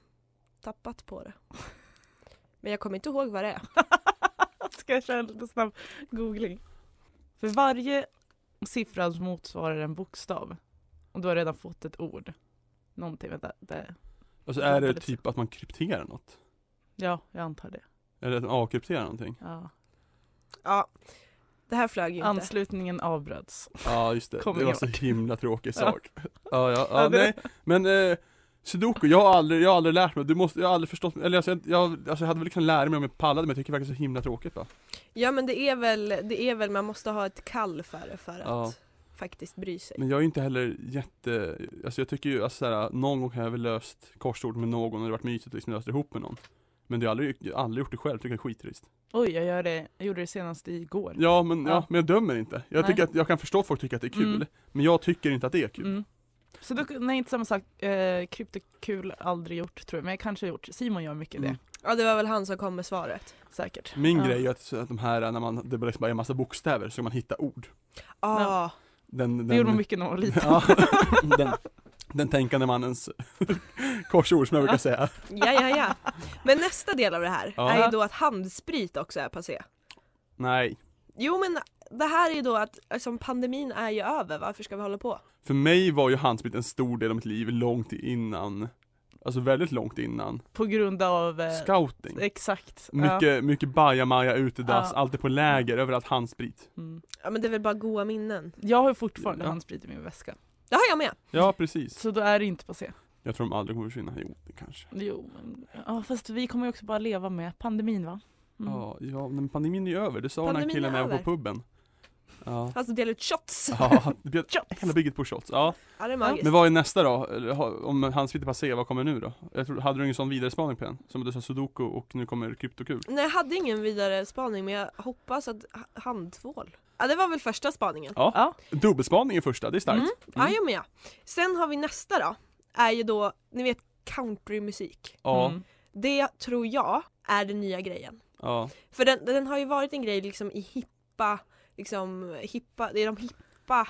S4: tappat på det. Men jag kommer inte ihåg vad det är.
S5: Ska jag köra en lite snabb googling? För varje siffra motsvarar en bokstav. Och du har redan fått ett ord. Någonting, vänta. Det.
S3: Alltså är det typ att man krypterar något?
S5: Ja, jag antar det.
S3: Eller att man avkrypterar någonting?
S5: Ja.
S4: Ja, det här flög ju inte.
S5: Anslutningen avbröts.
S3: Ja just det,
S5: Kom
S3: det var
S5: ihåg.
S3: så himla tråkig
S5: Ja.
S3: sak. Ja, ja, ja,
S5: Ja, det-
S3: nej. Men eh, Sudoku, jag har aldrig, jag har aldrig lärt mig, du måste, jag har aldrig förstått, eller alltså, jag, jag, alltså, jag hade väl kunnat lära mig om jag pallade men jag tycker det verkar så himla tråkigt va?
S4: Ja men det är väl, det är väl man måste ha ett kall för det för att
S3: Ja.
S4: faktiskt bry sig.
S3: Men jag är ju inte heller jätte, alltså jag tycker ju alltså, såhär, någon gång har jag väl löst korsord med någon och det har varit mysigt att liksom lösa det ihop med någon. Men det har jag aldrig, jag har aldrig gjort det själv, tycker jag är skittrist.
S5: Oj, jag, gör det. jag gjorde det senast igår.
S3: Ja men, ja.
S5: Ja.
S3: men jag dömer inte. Jag
S5: Nej.
S3: tycker att, jag kan förstå att folk tycker att det är kul,
S5: Mm.
S3: men jag tycker inte att det är kul.
S5: Mm. Så då, nej, inte samma sak. Eh, kryptokul, aldrig gjort tror jag. Men jag kanske har gjort. Simon gör mycket
S3: Mm.
S5: det.
S4: Ja det var väl han som kom med svaret.
S5: Säkert.
S3: Min
S5: Ja.
S3: grej är att, att de här, när man, det bara liksom bara är en massa bokstäver så kan man hitta ord.
S4: Ah,
S3: Den, den,
S5: Det gjorde man mycket när man var liten.
S3: Ja, den, den tänkande mannens korsord som jag brukar säga.
S4: ja ja ja. Men nästa del av det här
S3: Ja.
S4: är ju då att handsprit också är passé.
S3: Nej.
S4: Jo men det här är ju då att alltså, pandemin är ju över, varför ska vi hålla på?
S3: För mig var ju handsprit en stor del av mitt liv långt innan, alltså väldigt långt innan,
S5: På grund av... Eh,
S3: scouting.
S5: exakt.
S3: Mycket, mycket bajamaja, utedass,
S5: Ja.
S3: allt är på läger, överallt handsprit.
S5: Ja. Mm.
S4: Ja men det är väl bara goa minnen.
S5: Jag har ju fortfarande
S3: Ja.
S5: handsprit i min väska.
S4: Det har jag med!
S3: Ja precis.
S5: Så då är det inte passé.
S3: Jag tror de aldrig kommer försvinna, jo det kanske.
S5: Jo, men- ja, fast vi kommer ju också bara leva med pandemin va? Mm.
S3: Ja, ja, men pandemin är ju över, det sa den här
S4: Pandemin
S3: killen
S4: är
S3: när jag var på
S4: över.
S3: puben. Ja.
S4: Alltså dela ut shots!
S3: Ja, det bjöd
S5: Shots.
S3: hela bygget på shots. Ja.
S4: Ja det är magiskt.
S3: Men vad är nästa då? Eller har- Om handsprit är passé, vad kommer nu då? Jag tror, hade du ingen sån vidarespaning på den? Som du sa sudoku och nu kommer kryptokul.
S4: Nej jag hade ingen vidare spaning men jag hoppas att ha- handtvål. Ja det var väl första spaningen.
S3: Ja.
S5: Ja.
S3: Dubbelspaning är första, det är starkt.
S4: Mm. Ja jag med. Sen har vi nästa då, är ju då, ni vet countrymusik.
S3: Ja,
S5: Mm.
S4: Det tror jag är den nya grejen.
S3: ja.
S4: För den, den har ju varit en grej liksom i hippa, liksom hippa, det är de hippa,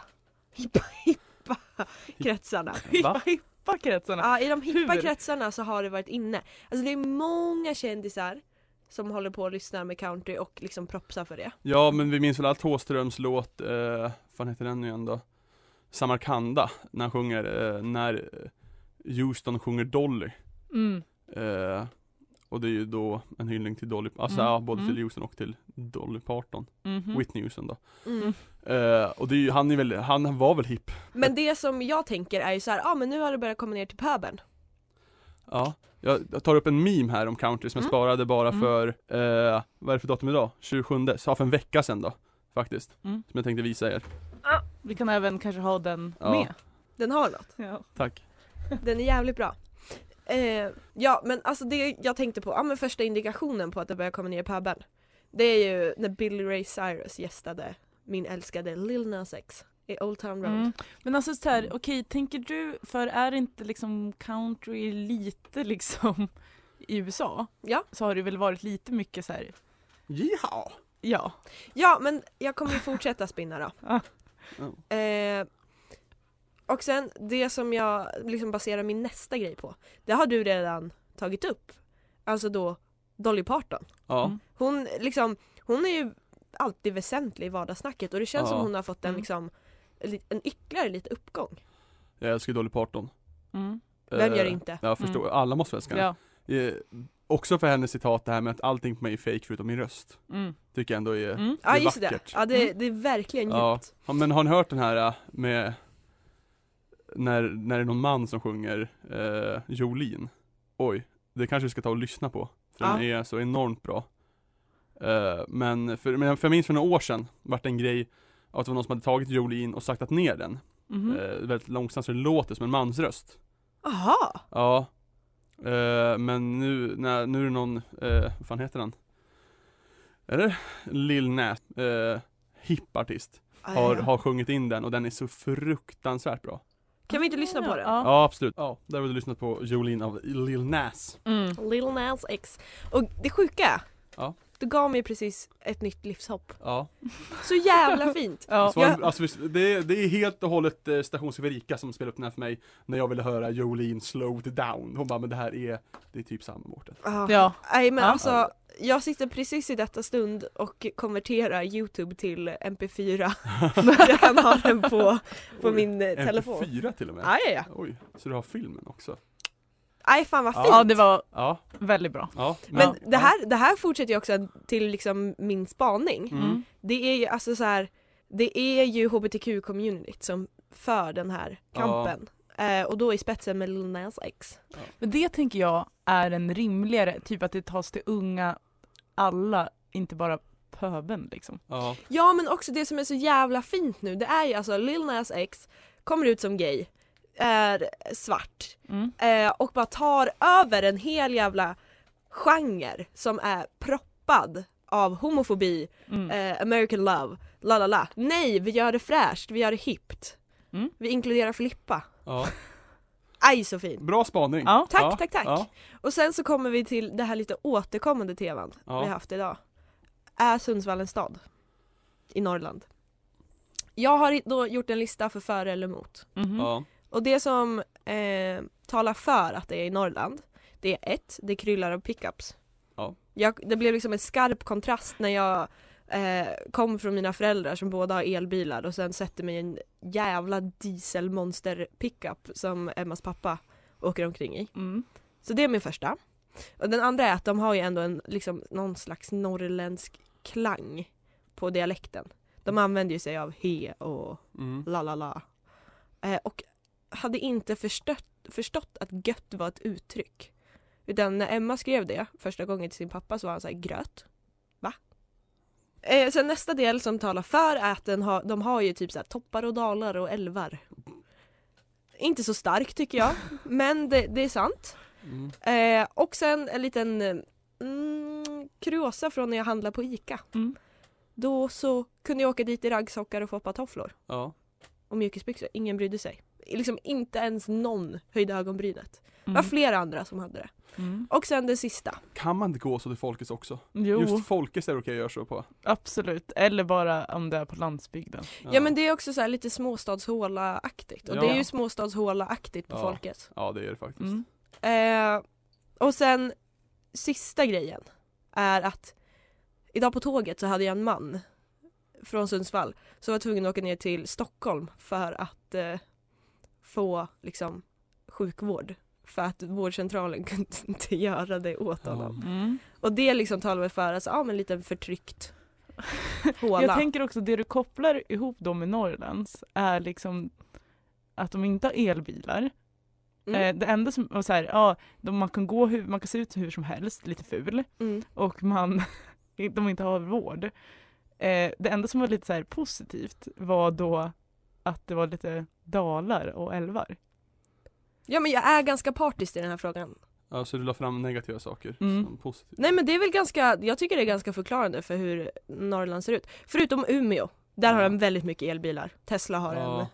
S4: hippa, hippa kretsarna.
S3: Va?
S5: Hippa kretsarna.
S4: Ja, i de hippa
S5: Hur?
S4: kretsarna så har det varit inne. Alltså det är många kändisar som håller på och lyssnar med country och liksom propsar för det.
S3: Ja men vi minns väl allt Thåströms låt, eh, vad fan heter den nu igen då? Samarkanda, när han sjunger, eh, när eh, Houston sjunger Dolly.
S5: Mm.
S3: Eh, och det är ju då en hyllning till Dolly, alltså
S5: Mm.
S3: ja, både till
S5: Mm.
S3: Houston och till Dolly Parton,
S5: Mhm.
S3: Whitney Houston då.
S4: Mm.
S3: Eh, och det är ju, han är väl, han var väl hipp?
S4: Men det som jag tänker är ju så här, ja ah, men nu har det börjat komma ner till pöbeln.
S3: Ja, jag jag tar upp en meme här om country som jag
S4: Mm.
S3: sparade bara
S5: Mm.
S3: för, eh, vad är det för datum idag? 27, så för en vecka sedan då, faktiskt.
S5: Mm.
S3: Som jag tänkte visa er.
S5: Vi kan även kanske ha den
S3: Ja.
S5: med.
S4: Den har något.
S5: Ja.
S3: Tack.
S4: Den är jävligt bra. Eh, ja men alltså det jag tänkte på, ja men första indikationen på att det börjar komma ner i pöbeln. Det är ju när Billy Ray Cyrus gästade min älskade Lil Nas X i Old Town Road.
S5: Mm. Men alltså så här, okej, tänker du, för är inte liksom country lite liksom i USA?
S4: Ja.
S5: Så har det väl varit lite mycket så här,
S3: Jaha!
S5: ja.
S4: Ja men jag kommer ju fortsätta spinna då.
S5: Ja.
S4: Eh, och sen det som jag liksom baserar min nästa grej på, det har du redan tagit upp. Alltså då Dolly Parton.
S3: Ja, Ja.
S5: Mm.
S4: Hon, liksom, hon är ju alltid väsentlig i vardagssnacket och det känns
S3: Ja.
S4: som hon har fått en,
S5: Mm.
S4: liksom, li- en ytterligare lite uppgång.
S3: Jag älskar Dolly Parton.
S5: Mm.
S4: Vem
S3: Eh,
S4: gör inte?
S3: Jag förstår, alla måste väl älska henne.
S5: Ja.
S3: Eh, också för hennes citat det här med att allting på mig är fake förutom min röst.
S5: Mm.
S3: Tycker jag ändå är,
S5: Mm.
S4: Ja
S3: är
S4: just det,
S3: vackert. Mm.
S4: ja, det, det är verkligen
S3: Ja.
S4: djupt.
S3: Ja, men har ni hört den här eh, med när, när det är någon man som sjunger eh, Jolene? Oj, det kanske vi ska ta och lyssna på. För den är så enormt bra. Eh, men, för, men för jag minns för några år sedan vart det en grej att det var någon som hade tagit Jolene och saktat ner den.
S5: Mhm.
S3: Eh, väldigt långsamt så det låter som en mansröst.
S4: Jaha!
S3: Ja. Eh, men nu, när, nu är det någon, eh, vad fan heter han? Är det Lil Nas? Eh, hipp artist har, har sjungit in den och den är så fruktansvärt bra.
S4: Kan vi inte lyssna på den?
S3: Ja,
S5: Ja.
S3: absolut. Ja, där har du lyssnat på Jolene av Lil Nas.
S5: Mm.
S4: Little Nas X. Och det sjuka,
S3: Ja.
S4: du gav mig precis ett nytt livshopp.
S3: Ja.
S4: Så jävla fint!
S5: Ja.
S3: Så,
S4: jag-
S3: alltså, visst, det, det är helt och hållet eh, Station Severika som spelade upp den här för mig när jag ville höra Jolene Slowed Down. Hon bara, men det här är, det är typ samma
S4: Eh,
S3: Mårten.
S4: Ah.
S5: Ja.
S4: Nej men
S5: Ja.
S4: alltså, jag sitter precis i detta stund och konverterar youtube till mp4. jag kan ha den på, på
S3: Oj,
S4: min eh, telefon.
S3: MP4 till och med.
S4: Ja, ja, ja.
S3: Oj, så du har filmen också?
S4: Nej fan vad
S3: Ja.
S4: fint!
S5: ja, det var
S3: Ja,
S5: väldigt bra.
S3: ja.
S4: Men
S3: ja,
S4: det, här, det här fortsätter ju också till liksom min spaning.
S3: Mm.
S5: Mm.
S4: Det är ju alltså så här, det är ju hbtq-communityt som för den här kampen. Eh, och då i spetsen med Lil Nas X.
S5: Men det tänker jag är en rimligare, typ att det tas till unga alla, inte bara pöben liksom.
S3: Ja,
S4: Ja men också det som är så jävla fint nu det är ju alltså Lil Nas X kommer ut som gay, är svart
S5: Mm.
S4: eh, och bara tar över en hel jävla genre som är proppad av homofobi,
S5: Mm.
S4: eh, American love, la la la. Nej vi gör det fräscht, vi gör det hippt.
S5: Mm.
S4: Vi inkluderar Filippa.
S3: ja.
S4: Aj så fint.
S3: Bra spaning.
S5: Ja.
S4: Tack,
S3: ja.
S4: tack, tack.
S3: Ja.
S4: Och sen så kommer vi till det här lite återkommande tevan
S3: Ja.
S4: vi har haft idag. Är Sundsvall en stad? I Norrland. Jag har då gjort en lista för för eller emot.
S5: Mhm.
S3: Ja.
S4: Och det som eh, talar för att det är i Norrland, det är ett, det kryllar av pickups.
S3: Ja.
S4: Jag, det blev liksom en skarp kontrast när jag eh, kom från mina föräldrar som båda har elbilar och sen sätter mig i en jävla dieselmonster pickup som Emmas pappa åker omkring i.
S5: Mm.
S4: Så det är min första. Och den andra är att de har ju ändå en, liksom, någon slags norrländsk klang på dialekten. De använder ju sig av he och
S3: Mm.
S4: la la la. Eh, och hade inte förstött, förstått att gött var ett uttryck. Utan när Emma skrev det första gången till sin pappa så var han så här gröt. Va? Eh, sen nästa del som talar för är att den har, de har ju typ så här toppar och dalar och älvar. Inte så stark tycker jag, men det, det är sant.
S3: Mm.
S4: Eh, och sen en liten eh, mm, kuriosa från när jag handlade på ICA.
S5: Mm.
S4: Då så kunde jag åka dit i raggsockar och få ett par tofflor
S3: Ja.
S4: och mjukisbyxor. Ingen brydde sig. Liksom inte ens någon höjde ögonbrynet. Det var
S5: Mm.
S4: flera andra som hade det.
S5: Mm.
S4: Och sen det sista.
S3: Kan man inte gå så till Folkets också?
S5: Jo,
S3: Just Folkets är det okej att göra så på.
S5: absolut. Eller bara om det är på landsbygden.
S4: Ja, men det är också så här lite småstadshåla-aktigt. Och
S3: Ja.
S4: det är ju småstadshåla-aktigt på
S3: Ja.
S4: folket.
S3: Ja det är det faktiskt.
S5: Mm.
S4: Eh, och sen sista grejen är att idag på tåget så hade jag en man från Sundsvall som var tvungen att åka ner till Stockholm för att eh, få liksom sjukvård för att vårdcentralen kunde inte göra det åt honom.
S5: Mm.
S4: Och det liksom talar väl för alltså, ja men lite förtryckt
S5: Jag
S4: håla.
S5: tänker också det du kopplar ihop då med Norrlands är liksom att de inte har elbilar.
S4: Mm.
S5: Eh, det enda som, och så här, ja, de, man kan gå hur, man kan se ut hur som helst, lite ful,
S4: Mm.
S5: och man, de inte har vård. Eh, det enda som var lite så här positivt var då att det var lite dalar och älvar.
S4: Ja men jag är ganska partisk i den här frågan.
S3: Ja, så du la fram negativa saker
S5: Mm.
S3: som positivt.
S4: Nej men det är väl ganska, jag tycker det är ganska förklarande för hur Norrland ser ut. Förutom Umeå, där har
S3: Ja.
S4: de väldigt mycket elbilar. Tesla har
S3: Ja.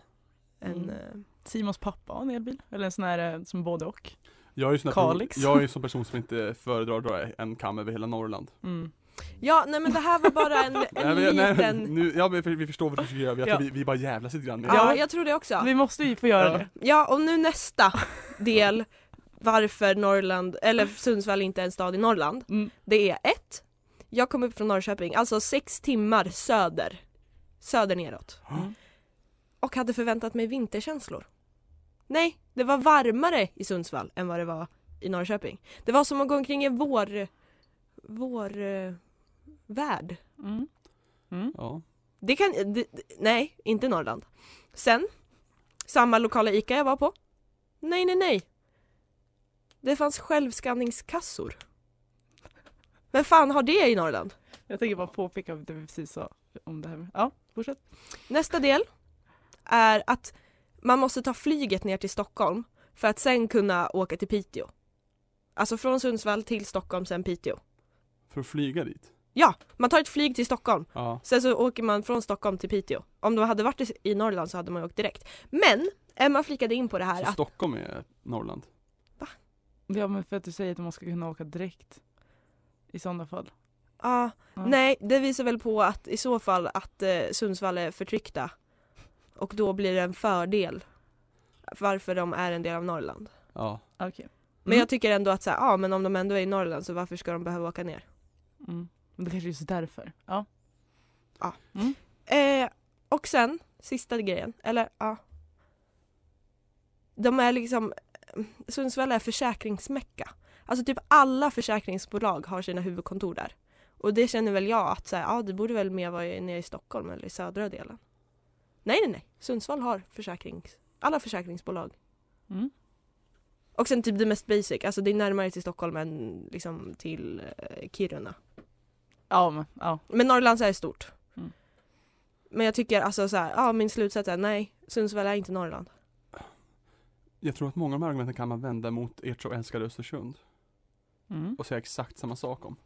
S4: en, en
S5: Mm.
S4: eh,
S5: Simons pappa har en elbil, eller en sån här eh, som både och.
S3: Jag är ju sån här
S5: Kalix.
S3: person, jag är ju sån person som inte föredrar att dra en kam över hela Norrland.
S5: Mm.
S4: Ja nej men det här var bara en, en
S3: men-
S4: liten,
S3: nu, ja, men vi förstår vad du försöker göra, vi, jag tror
S5: Ja.
S3: vi, vi bara jävlas lite grann med
S4: ja
S3: det.
S4: jag tror det också.
S5: Vi måste ju få göra
S3: Ja.
S5: det.
S4: Ja och nu nästa del varför Norrland, eller Sundsvall inte är en stad i Norrland.
S5: Mm.
S4: Det är ett, Jag kom upp från Norrköping, alltså sex timmar söder. Söder neråt.
S3: Mm.
S4: Och hade förväntat mig vinterkänslor. Nej, det var varmare i Sundsvall än vad det var i Norrköping. Det var som att gå omkring i vår... vår... eh, värld.
S5: Mm. Mm.
S3: Ja.
S4: Det kan, det, det- nej, inte Norrland. Sen, samma lokala ICA jag var på. Nej, nej, nej. Det fanns självskanningskassor. Men fan har det i Norrland?
S5: Jag tänker bara påpeka det vi precis sa om det här med. Ja, fortsätt.
S4: Nästa del är att man måste ta flyget ner till Stockholm för att sen kunna åka till Piteå. Alltså från Sundsvall till Stockholm, sen Piteå.
S3: För att flyga dit?
S4: Ja, man tar ett flyg till Stockholm
S3: Ja.
S4: Sen så åker man från Stockholm till Piteå. Om de hade varit i- i Norrland så hade man ju åkt direkt. Men Emma flikade in på det här
S3: Så
S4: att
S3: Stockholm är Norrland?
S5: Ja men för att du säger att man ska kunna åka direkt. I sådana fall.
S4: ah,
S5: Ja.
S4: nej, det visar väl på att i så fall att eh, Sundsvall är förtryckta. Och då blir det en fördel varför de är en del av Norrland.
S3: Ja.
S5: Okej.
S4: Men
S5: Mm.
S4: jag tycker ändå att så här, ja men om de ändå är i Norrland så varför ska de behöva åka ner?
S5: Mm. Men det kanske är just därför. Ja.
S4: Eh, och sen, sista grejen, eller ja. De är liksom, Sundsvall är försäkringsmecka. Alltså typ alla försäkringsbolag har sina huvudkontor där. Och det känner väl jag att så här, ja, det borde väl mer vara i- nere i Stockholm eller i södra delen. Nej, nej, nej. Sundsvall har försäkrings, alla försäkringsbolag.
S5: Mm.
S4: Och sen typ det mest basic, alltså det är närmare till Stockholm än liksom till eh, Kiruna.
S5: Ja men ja.
S4: Men Norrland så är stort.
S5: Mm.
S4: Men jag tycker alltså så här, ja min slutsats är nej, Sundsvall är inte Norrland.
S3: Jag tror att många av de här argumenten kan man vända mot ert så älskade Östersund
S5: Mm.
S3: och säga exakt samma sak om.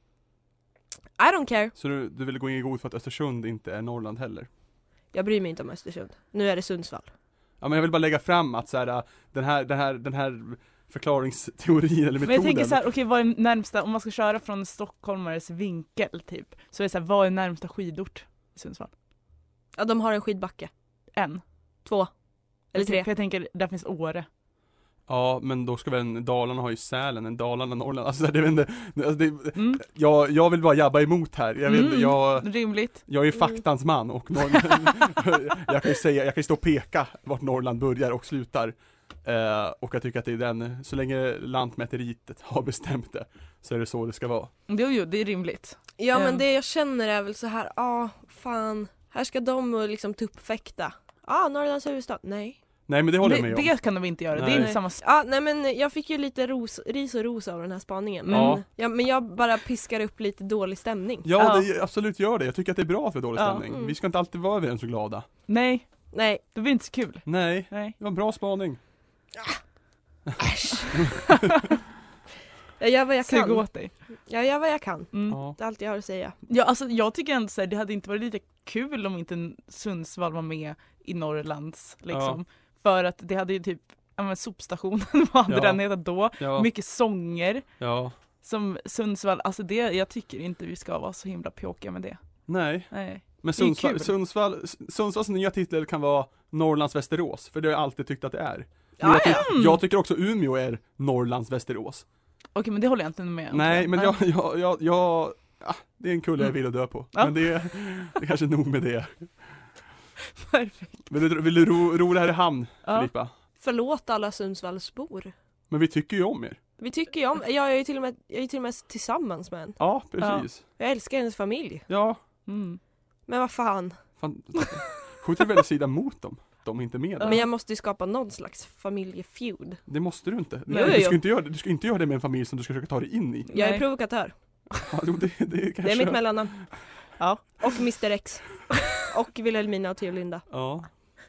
S4: I don't care,
S3: Så du, du vill gå in i god för att Östersund inte är Norrland heller?
S4: jag bryr mig inte om Östersund. Nu är det Sundsvall.
S3: Ja men jag vill bara lägga fram att så här, äh, den här, den här, den här förklaringsteorin eller metoden.
S5: Men jag tänker så här, okej vad är närmsta, om man ska köra från stockholmares vinkel typ. Så är det så här, vad är närmsta skidort i Sundsvall?
S4: Ja de har en skidbacke.
S5: En.
S4: Två. Eller
S5: Jag tänker-
S4: tre.
S5: För jag tänker, där finns Åre.
S3: Ja men då ska väl en- Dalarna har ju Sälen, en Dalarna Norrland, alltså det, det, alltså, det,
S5: Mm.
S3: jag, jag vill bara jabba emot här, jag, vet,
S5: Mm.
S3: jag,
S5: Rimligt.
S3: jag är faktans man och Norrland, jag kan ju säga, jag kan ju stå och peka vart Norrland börjar och slutar. Eh, och jag tycker att det är den, så länge Lantmäteriet har bestämt det, så är det så det ska vara.
S5: Jo, jo, det är rimligt.
S4: Ja men
S5: Ehm.
S4: det jag känner är väl så här, ja fan, här ska de och liksom tuppfäkta. Ja, Norrlands huvudstad, nej.
S3: Nej men det håller jag
S5: det,
S3: med om.
S5: det kan de inte göra, det
S3: Nej.
S5: är inte samma sak.
S4: Ja, nej men jag fick ju lite ros, ris och ros av den här spaningen. Men,
S3: Ja.
S4: ja, men jag bara piskar upp lite dålig stämning.
S3: Ja,
S5: Ja.
S3: det, absolut gör det. Jag tycker att det är bra för dålig
S5: Ja.
S3: stämning. Vi ska inte alltid vara överens och glada.
S5: Nej,
S4: Nej,
S5: det blir inte så kul.
S3: Nej,
S5: Nej.
S3: det var en bra spaning.
S4: jag gör vad jag
S5: Sug
S4: kan.
S5: åt dig.
S4: Jag gör vad jag kan.
S5: Mm.
S3: Ja.
S4: Det är allt jag har att säga.
S5: Ja, alltså, jag tycker ändå såhär, det hade inte varit lite kul om inte Sundsvall var med i Norrlands liksom. För att det hade ju typ, ja men sopstationen, vad hade
S3: Ja.
S5: den hetat då?
S3: Ja.
S5: Mycket sånger
S3: ja.
S5: som Sundsvall, alltså det, jag tycker inte vi ska vara så himla pjåkiga med det.
S3: Nej,
S5: Nej.
S3: men
S5: Det är
S3: Sundsvall,
S5: kul.
S3: Sundsvall, Sundsvalls nya titel kan vara Norrlands Västerås, för det har jag alltid tyckt att det är. Men
S4: Ja,
S3: jag, ty- jag tycker också Umeå är Norrlands Västerås.
S5: Okej men det håller jag inte med om.
S3: Nej, men jag, jag, jag, jag ah, det är en kulle jag vill att dö på.
S5: Ja.
S3: Men det, är- det är kanske är nog med det.
S5: Perfekt.
S3: Vill du, vill du ro, ro det här i hamn,
S5: Ja.
S3: Filippa?
S4: Förlåt alla Sundsvallsbor.
S3: Men vi tycker ju om er.
S4: Vi tycker ju om, jag är ju till och med, jag är ju till och med tillsammans med en.
S3: Ja, precis.
S4: Jag älskar hennes familj.
S3: Ja,
S5: Mm.
S4: Men vad fan.
S3: fan. Skjuter du väl sida mot dem? De är inte med där.
S4: Men jag måste ju skapa någon slags familjefeud.
S3: Det måste du inte.
S4: Jo, jo,
S3: Du, ska
S4: jo.
S3: inte göra, det- du ska inte göra det med en familj som du ska försöka ta dig in i.
S4: Jag är
S5: Nej.
S4: provokatör.
S3: Ja, jo, det, det, är kanske...
S4: Det är mitt mellannamn.
S5: Ja.
S4: Och Mr X. Och Wilhelmina och Theo och Linda.
S3: Ja.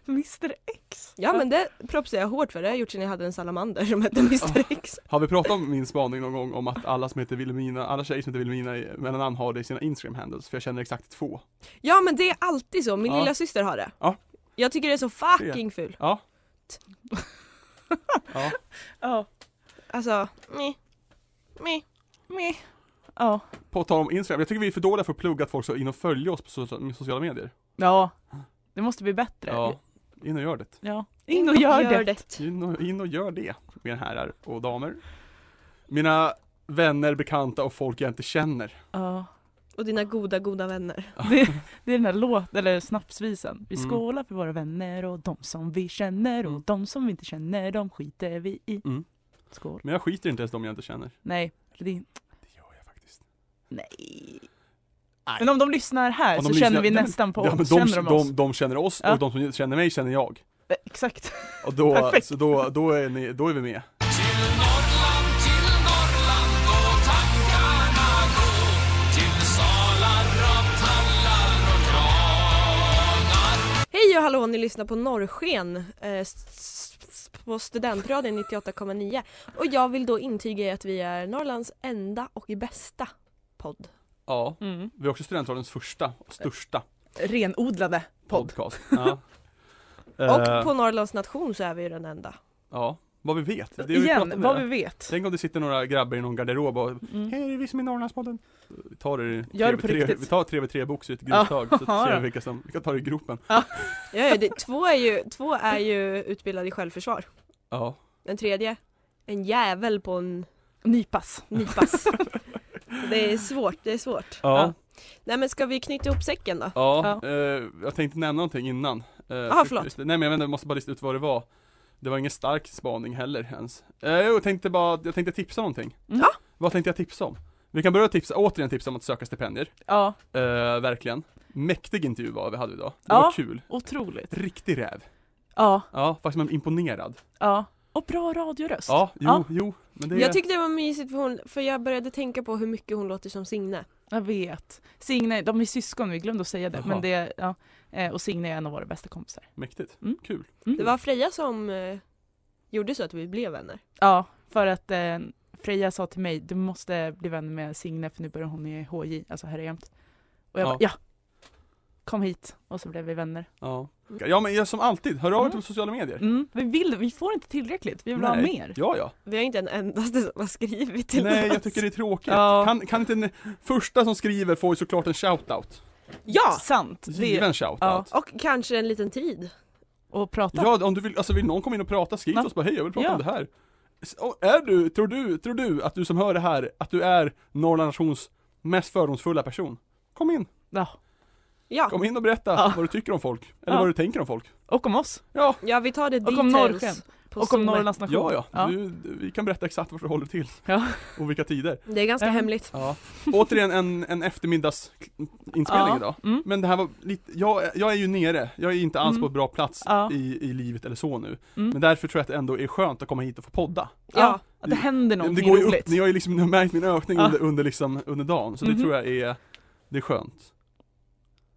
S5: Mr X.
S4: Ja men det propsar jag hårt för, det har jag gjort sedan jag hade en salamander som hette Mr X.
S3: Har vi pratat om min spaning någon gång om att alla som heter Vilhelmina, alla tjejer som heter Vilhelmina i mellannamn har det i sina Instagram handles? För jag känner exakt två.
S4: Ja men det är alltid så, min
S3: Ja.
S4: lilla syster har det.
S3: Ja.
S4: Jag tycker det är så fucking ful.
S3: Ja. Ja.
S5: Ja.
S4: Alltså, meh. Meh.
S5: Meh. Ja.
S3: På tal om Instagram, jag tycker vi är för dåliga för att plugga att folk ska in och följa oss på so- sociala medier.
S5: Ja. Det måste bli bättre.
S3: Ja. In och gör det.
S5: Ja. In och gör, det.
S3: In och, in och gör det, mina herrar och damer. Mina vänner, bekanta och folk jag inte känner.
S5: Ja.
S4: Och dina goda, goda vänner.
S5: Det, det är den här låt, eller snapsvisan. Vi
S3: Mm.
S5: skålar för våra vänner och de som vi känner och
S3: Mm.
S5: de som vi inte känner, de skiter vi i.
S3: Mm.
S5: Skål.
S3: Men jag skiter inte ens de jag inte känner.
S5: Nej, det är,
S3: Det gör jag faktiskt.
S5: nej.
S3: Nej.
S5: Men om de lyssnar här
S3: Om
S5: så
S3: de
S5: känner
S3: lyssnar-
S5: vi
S3: nej, men-
S5: nästan på
S3: ja, men
S5: oss.
S3: de,
S5: känner de, oss?
S3: de, de känner oss
S5: Ja.
S3: och de som känner mig känner jag.
S5: Eh, Exakt.
S3: Och då,
S5: Perfekt.
S3: så då, då, är ni, då är vi med.
S4: Hej och hallå, ni lyssnar på Norrsken eh, s- s- s- på Studentradion 98,9. Och jag vill då intyga er att vi är Norrlands enda och bästa podd.
S3: Ja.
S5: Mm.
S3: Vi är också studentradions första och största
S5: Renodlade podd.
S3: podcast. Ja.
S4: Och
S3: Eh,
S4: på Norrlands nation så är vi ju den enda.
S3: Ja, vad vi vet. Det är det vi pratar
S5: Igen,
S3: om
S5: vad
S3: det.
S5: vi vet.
S3: Tänk om det sitter några grabbar i någon garderob och
S5: Mm.
S3: Hej, det är vi som är Norrlandspodden. Vi tar det i
S5: Gör det på
S3: 3v3
S5: riktigt.
S3: Vi tar 3v3 box i ett grustag så
S5: Ja,
S3: ser vi
S5: då.
S3: vilka som, vilka tar i gropen.
S4: Ja, ja, det, två, är ju, två är ju utbildade i självförsvar.
S3: Ja.
S4: Den tredje, en jävel på en
S5: Nypas.
S4: nypas. det är svårt, det är svårt.
S3: Ja.
S4: Nej men ska vi knyta ihop säcken då?
S3: Ja, eh, jag tänkte nämna någonting innan. Eh,
S5: Ah,
S4: Jaha, förlåt.
S3: just det. Nej men jag vet inte, jag måste bara lista ut vad det var. Det var ingen stark spaning heller ens. Eh, jo, jag tänkte bara, jag tänkte tipsa om någonting.
S5: Mm.
S4: Ja.
S3: Vad tänkte jag tipsa om? Vi kan börja tipsa, återigen tipsa om att söka stipendier.
S5: Ja,
S3: Eh, verkligen. Mäktig intervju var vi hade idag. Det
S5: Ja.
S3: var kul.
S5: otroligt.
S3: Riktig räv.
S5: Ja,
S3: Ja, faktiskt man blir imponerad.
S5: ja. Och bra radioröst.
S3: Ja, jo,
S5: Ja.
S3: jo. Men det är...
S4: Jag tyckte det var mysigt för hon, för jag började tänka på hur mycket hon låter som Signe.
S5: Jag vet. Signe, de är syskon, vi glömde att säga det.
S3: Jaha.
S5: Men det ja. Eh, Och Signe är en av våra bästa kompisar.
S3: Mäktigt.
S5: Mm.
S3: Kul.
S5: Mm.
S4: Det var Freja som eh, gjorde så att vi blev vänner.
S5: Ja, för att eh, Freja sa till mig, du måste bli vän med Signe för nu börjar hon i HJ, alltså här jämt. Och jag
S3: Ja.
S5: bara, ja! Kom hit. Och så blev vi vänner.
S3: Ja. Ja men jag, som alltid, hör av er
S5: Mm.
S3: till sociala medier.
S5: Mm. Vi vill, vi får inte tillräckligt, vi vill ha
S3: Nej.
S5: mer.
S3: Ja, ja.
S4: Vi har inte en endaste som har skrivit till
S3: Nej,
S4: oss.
S3: jag tycker det är tråkigt.
S5: Ja.
S3: Kan, kan inte den första som skriver får ju såklart en shoutout.
S4: Ja!
S5: Sant! Det,
S3: Given shoutout.
S5: ja.
S3: Ja.
S4: Och kanske en liten tid.
S5: och prata.
S3: om du vill, alltså vill någon komma in och prata, skriv till
S5: Ja.
S3: oss bara hej jag vill prata
S5: Ja.
S3: om det här. S- och Är du, tror du, tror du att du som hör det här, att du är Norrland Nations mest fördomsfulla person? Kom in,
S5: Ja.
S4: Ja,
S3: kom in och berätta
S5: Ja.
S3: vad du tycker om folk, eller
S5: Ja.
S3: vad du tänker om folk.
S5: Och om oss.
S3: Ja,
S4: ja vi tar det
S5: Och om Norrsken.
S4: details på
S5: Och om
S4: Zoom.
S5: Norrlands nation.
S3: ja, ja. Du, du- vi kan berätta exakt varför du håller till.
S5: Ja.
S3: Och vilka tider.
S4: Det är ganska
S5: Ja.
S4: hemligt.
S3: Ja. Återigen en, en eftermiddagsinspelning
S5: Ja.
S3: idag.
S5: Mm.
S3: Men det här var lite, jag, jag är ju nere, jag är inte alls
S5: Mm.
S3: på en bra plats
S5: Ja.
S3: i, i livet eller så nu.
S5: Mm.
S3: Men därför tror jag att det ändå är skönt att komma hit och få podda.
S5: Ja,
S4: Ja.
S5: det händer
S3: det
S5: någonting
S3: går ju
S5: roligt.
S3: upp, jag har ju liksom jag har märkt min ökning
S5: Ja.
S3: under, under, liksom, under dagen, så det
S5: Mhm.
S3: tror jag är, det är skönt.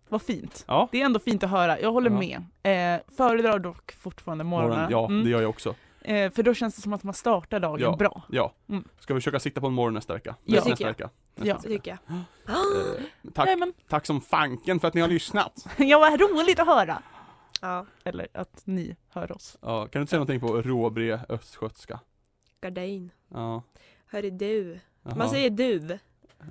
S5: Vad fint.
S3: Ja.
S5: Det är ändå fint att höra, jag håller
S3: Ja.
S5: med. Eh, föredrar dock fortfarande morgonen.
S3: Morgon, ja,
S5: Mm.
S3: det gör jag också.
S5: eh, för då känns det som att man startar dagen
S3: Ja.
S5: bra.
S3: Ja.
S5: Mm.
S3: Ska vi försöka sikta på en morgon nästa vecka?
S5: Ja.
S3: Nästa, nästa
S4: Det tycker
S3: vecka.
S5: Ja.
S4: Det tycker jag. Ah!
S3: Eh, tack,
S5: Nej, men,
S3: tack som fanken för att ni har lyssnat.
S5: ja, vad roligt att höra!
S4: Ja.
S5: Eller att ni hör oss.
S3: Ja, kan du inte säga någonting på råbre östgötska?
S4: Gardein.
S3: Ja.
S4: Hörru du.
S3: Jaha.
S4: Man säger du.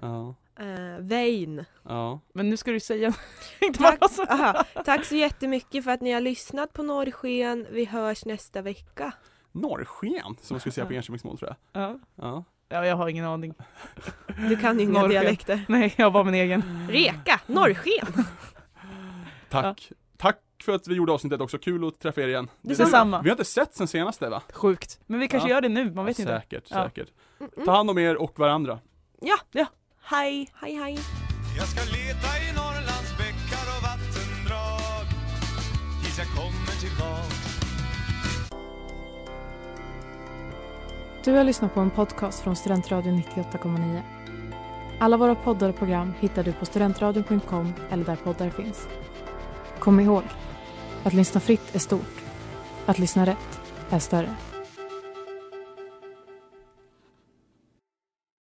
S3: Ja.
S4: Uh, Vein.
S3: Ja.
S5: Men nu ska du säga inte
S4: Tack.
S5: bara så.
S4: Aha. Tack så jättemycket för att ni har lyssnat på Norrsken. Vi hörs nästa vecka.
S3: Norrsken, som man skulle säga på enskilda tror jag.
S5: Ja.
S3: Ja.
S5: ja, jag har ingen aning.
S4: Du kan ju inga
S5: Norrsken.
S4: dialekter.
S5: Nej, jag var min egen.
S4: Reka, norrsken.
S3: Tack. Tack för att vi gjorde avsnittet också, kul att träffa er igen.
S5: Detsamma.
S3: Vi har inte sett sen senaste va?
S5: Sjukt. Men vi kanske
S3: Ja. Alltså,
S5: gör det nu, man vet inte.
S3: Säkert,
S5: Ja. Mm.
S3: säkert. Ta hand om er och varandra.
S4: Ja,
S5: Hej!
S4: hej hej.
S2: Jag ska leta i Norrlands bäckar och vattendrag Tills jag kommer tillbaks
S1: Du har lyssnat på en podcast från Studentradion 98,9. Alla våra poddar och program hittar du på studentradion.com eller där poddar finns. Kom ihåg, att lyssna fritt är stort. Att lyssna rätt är större.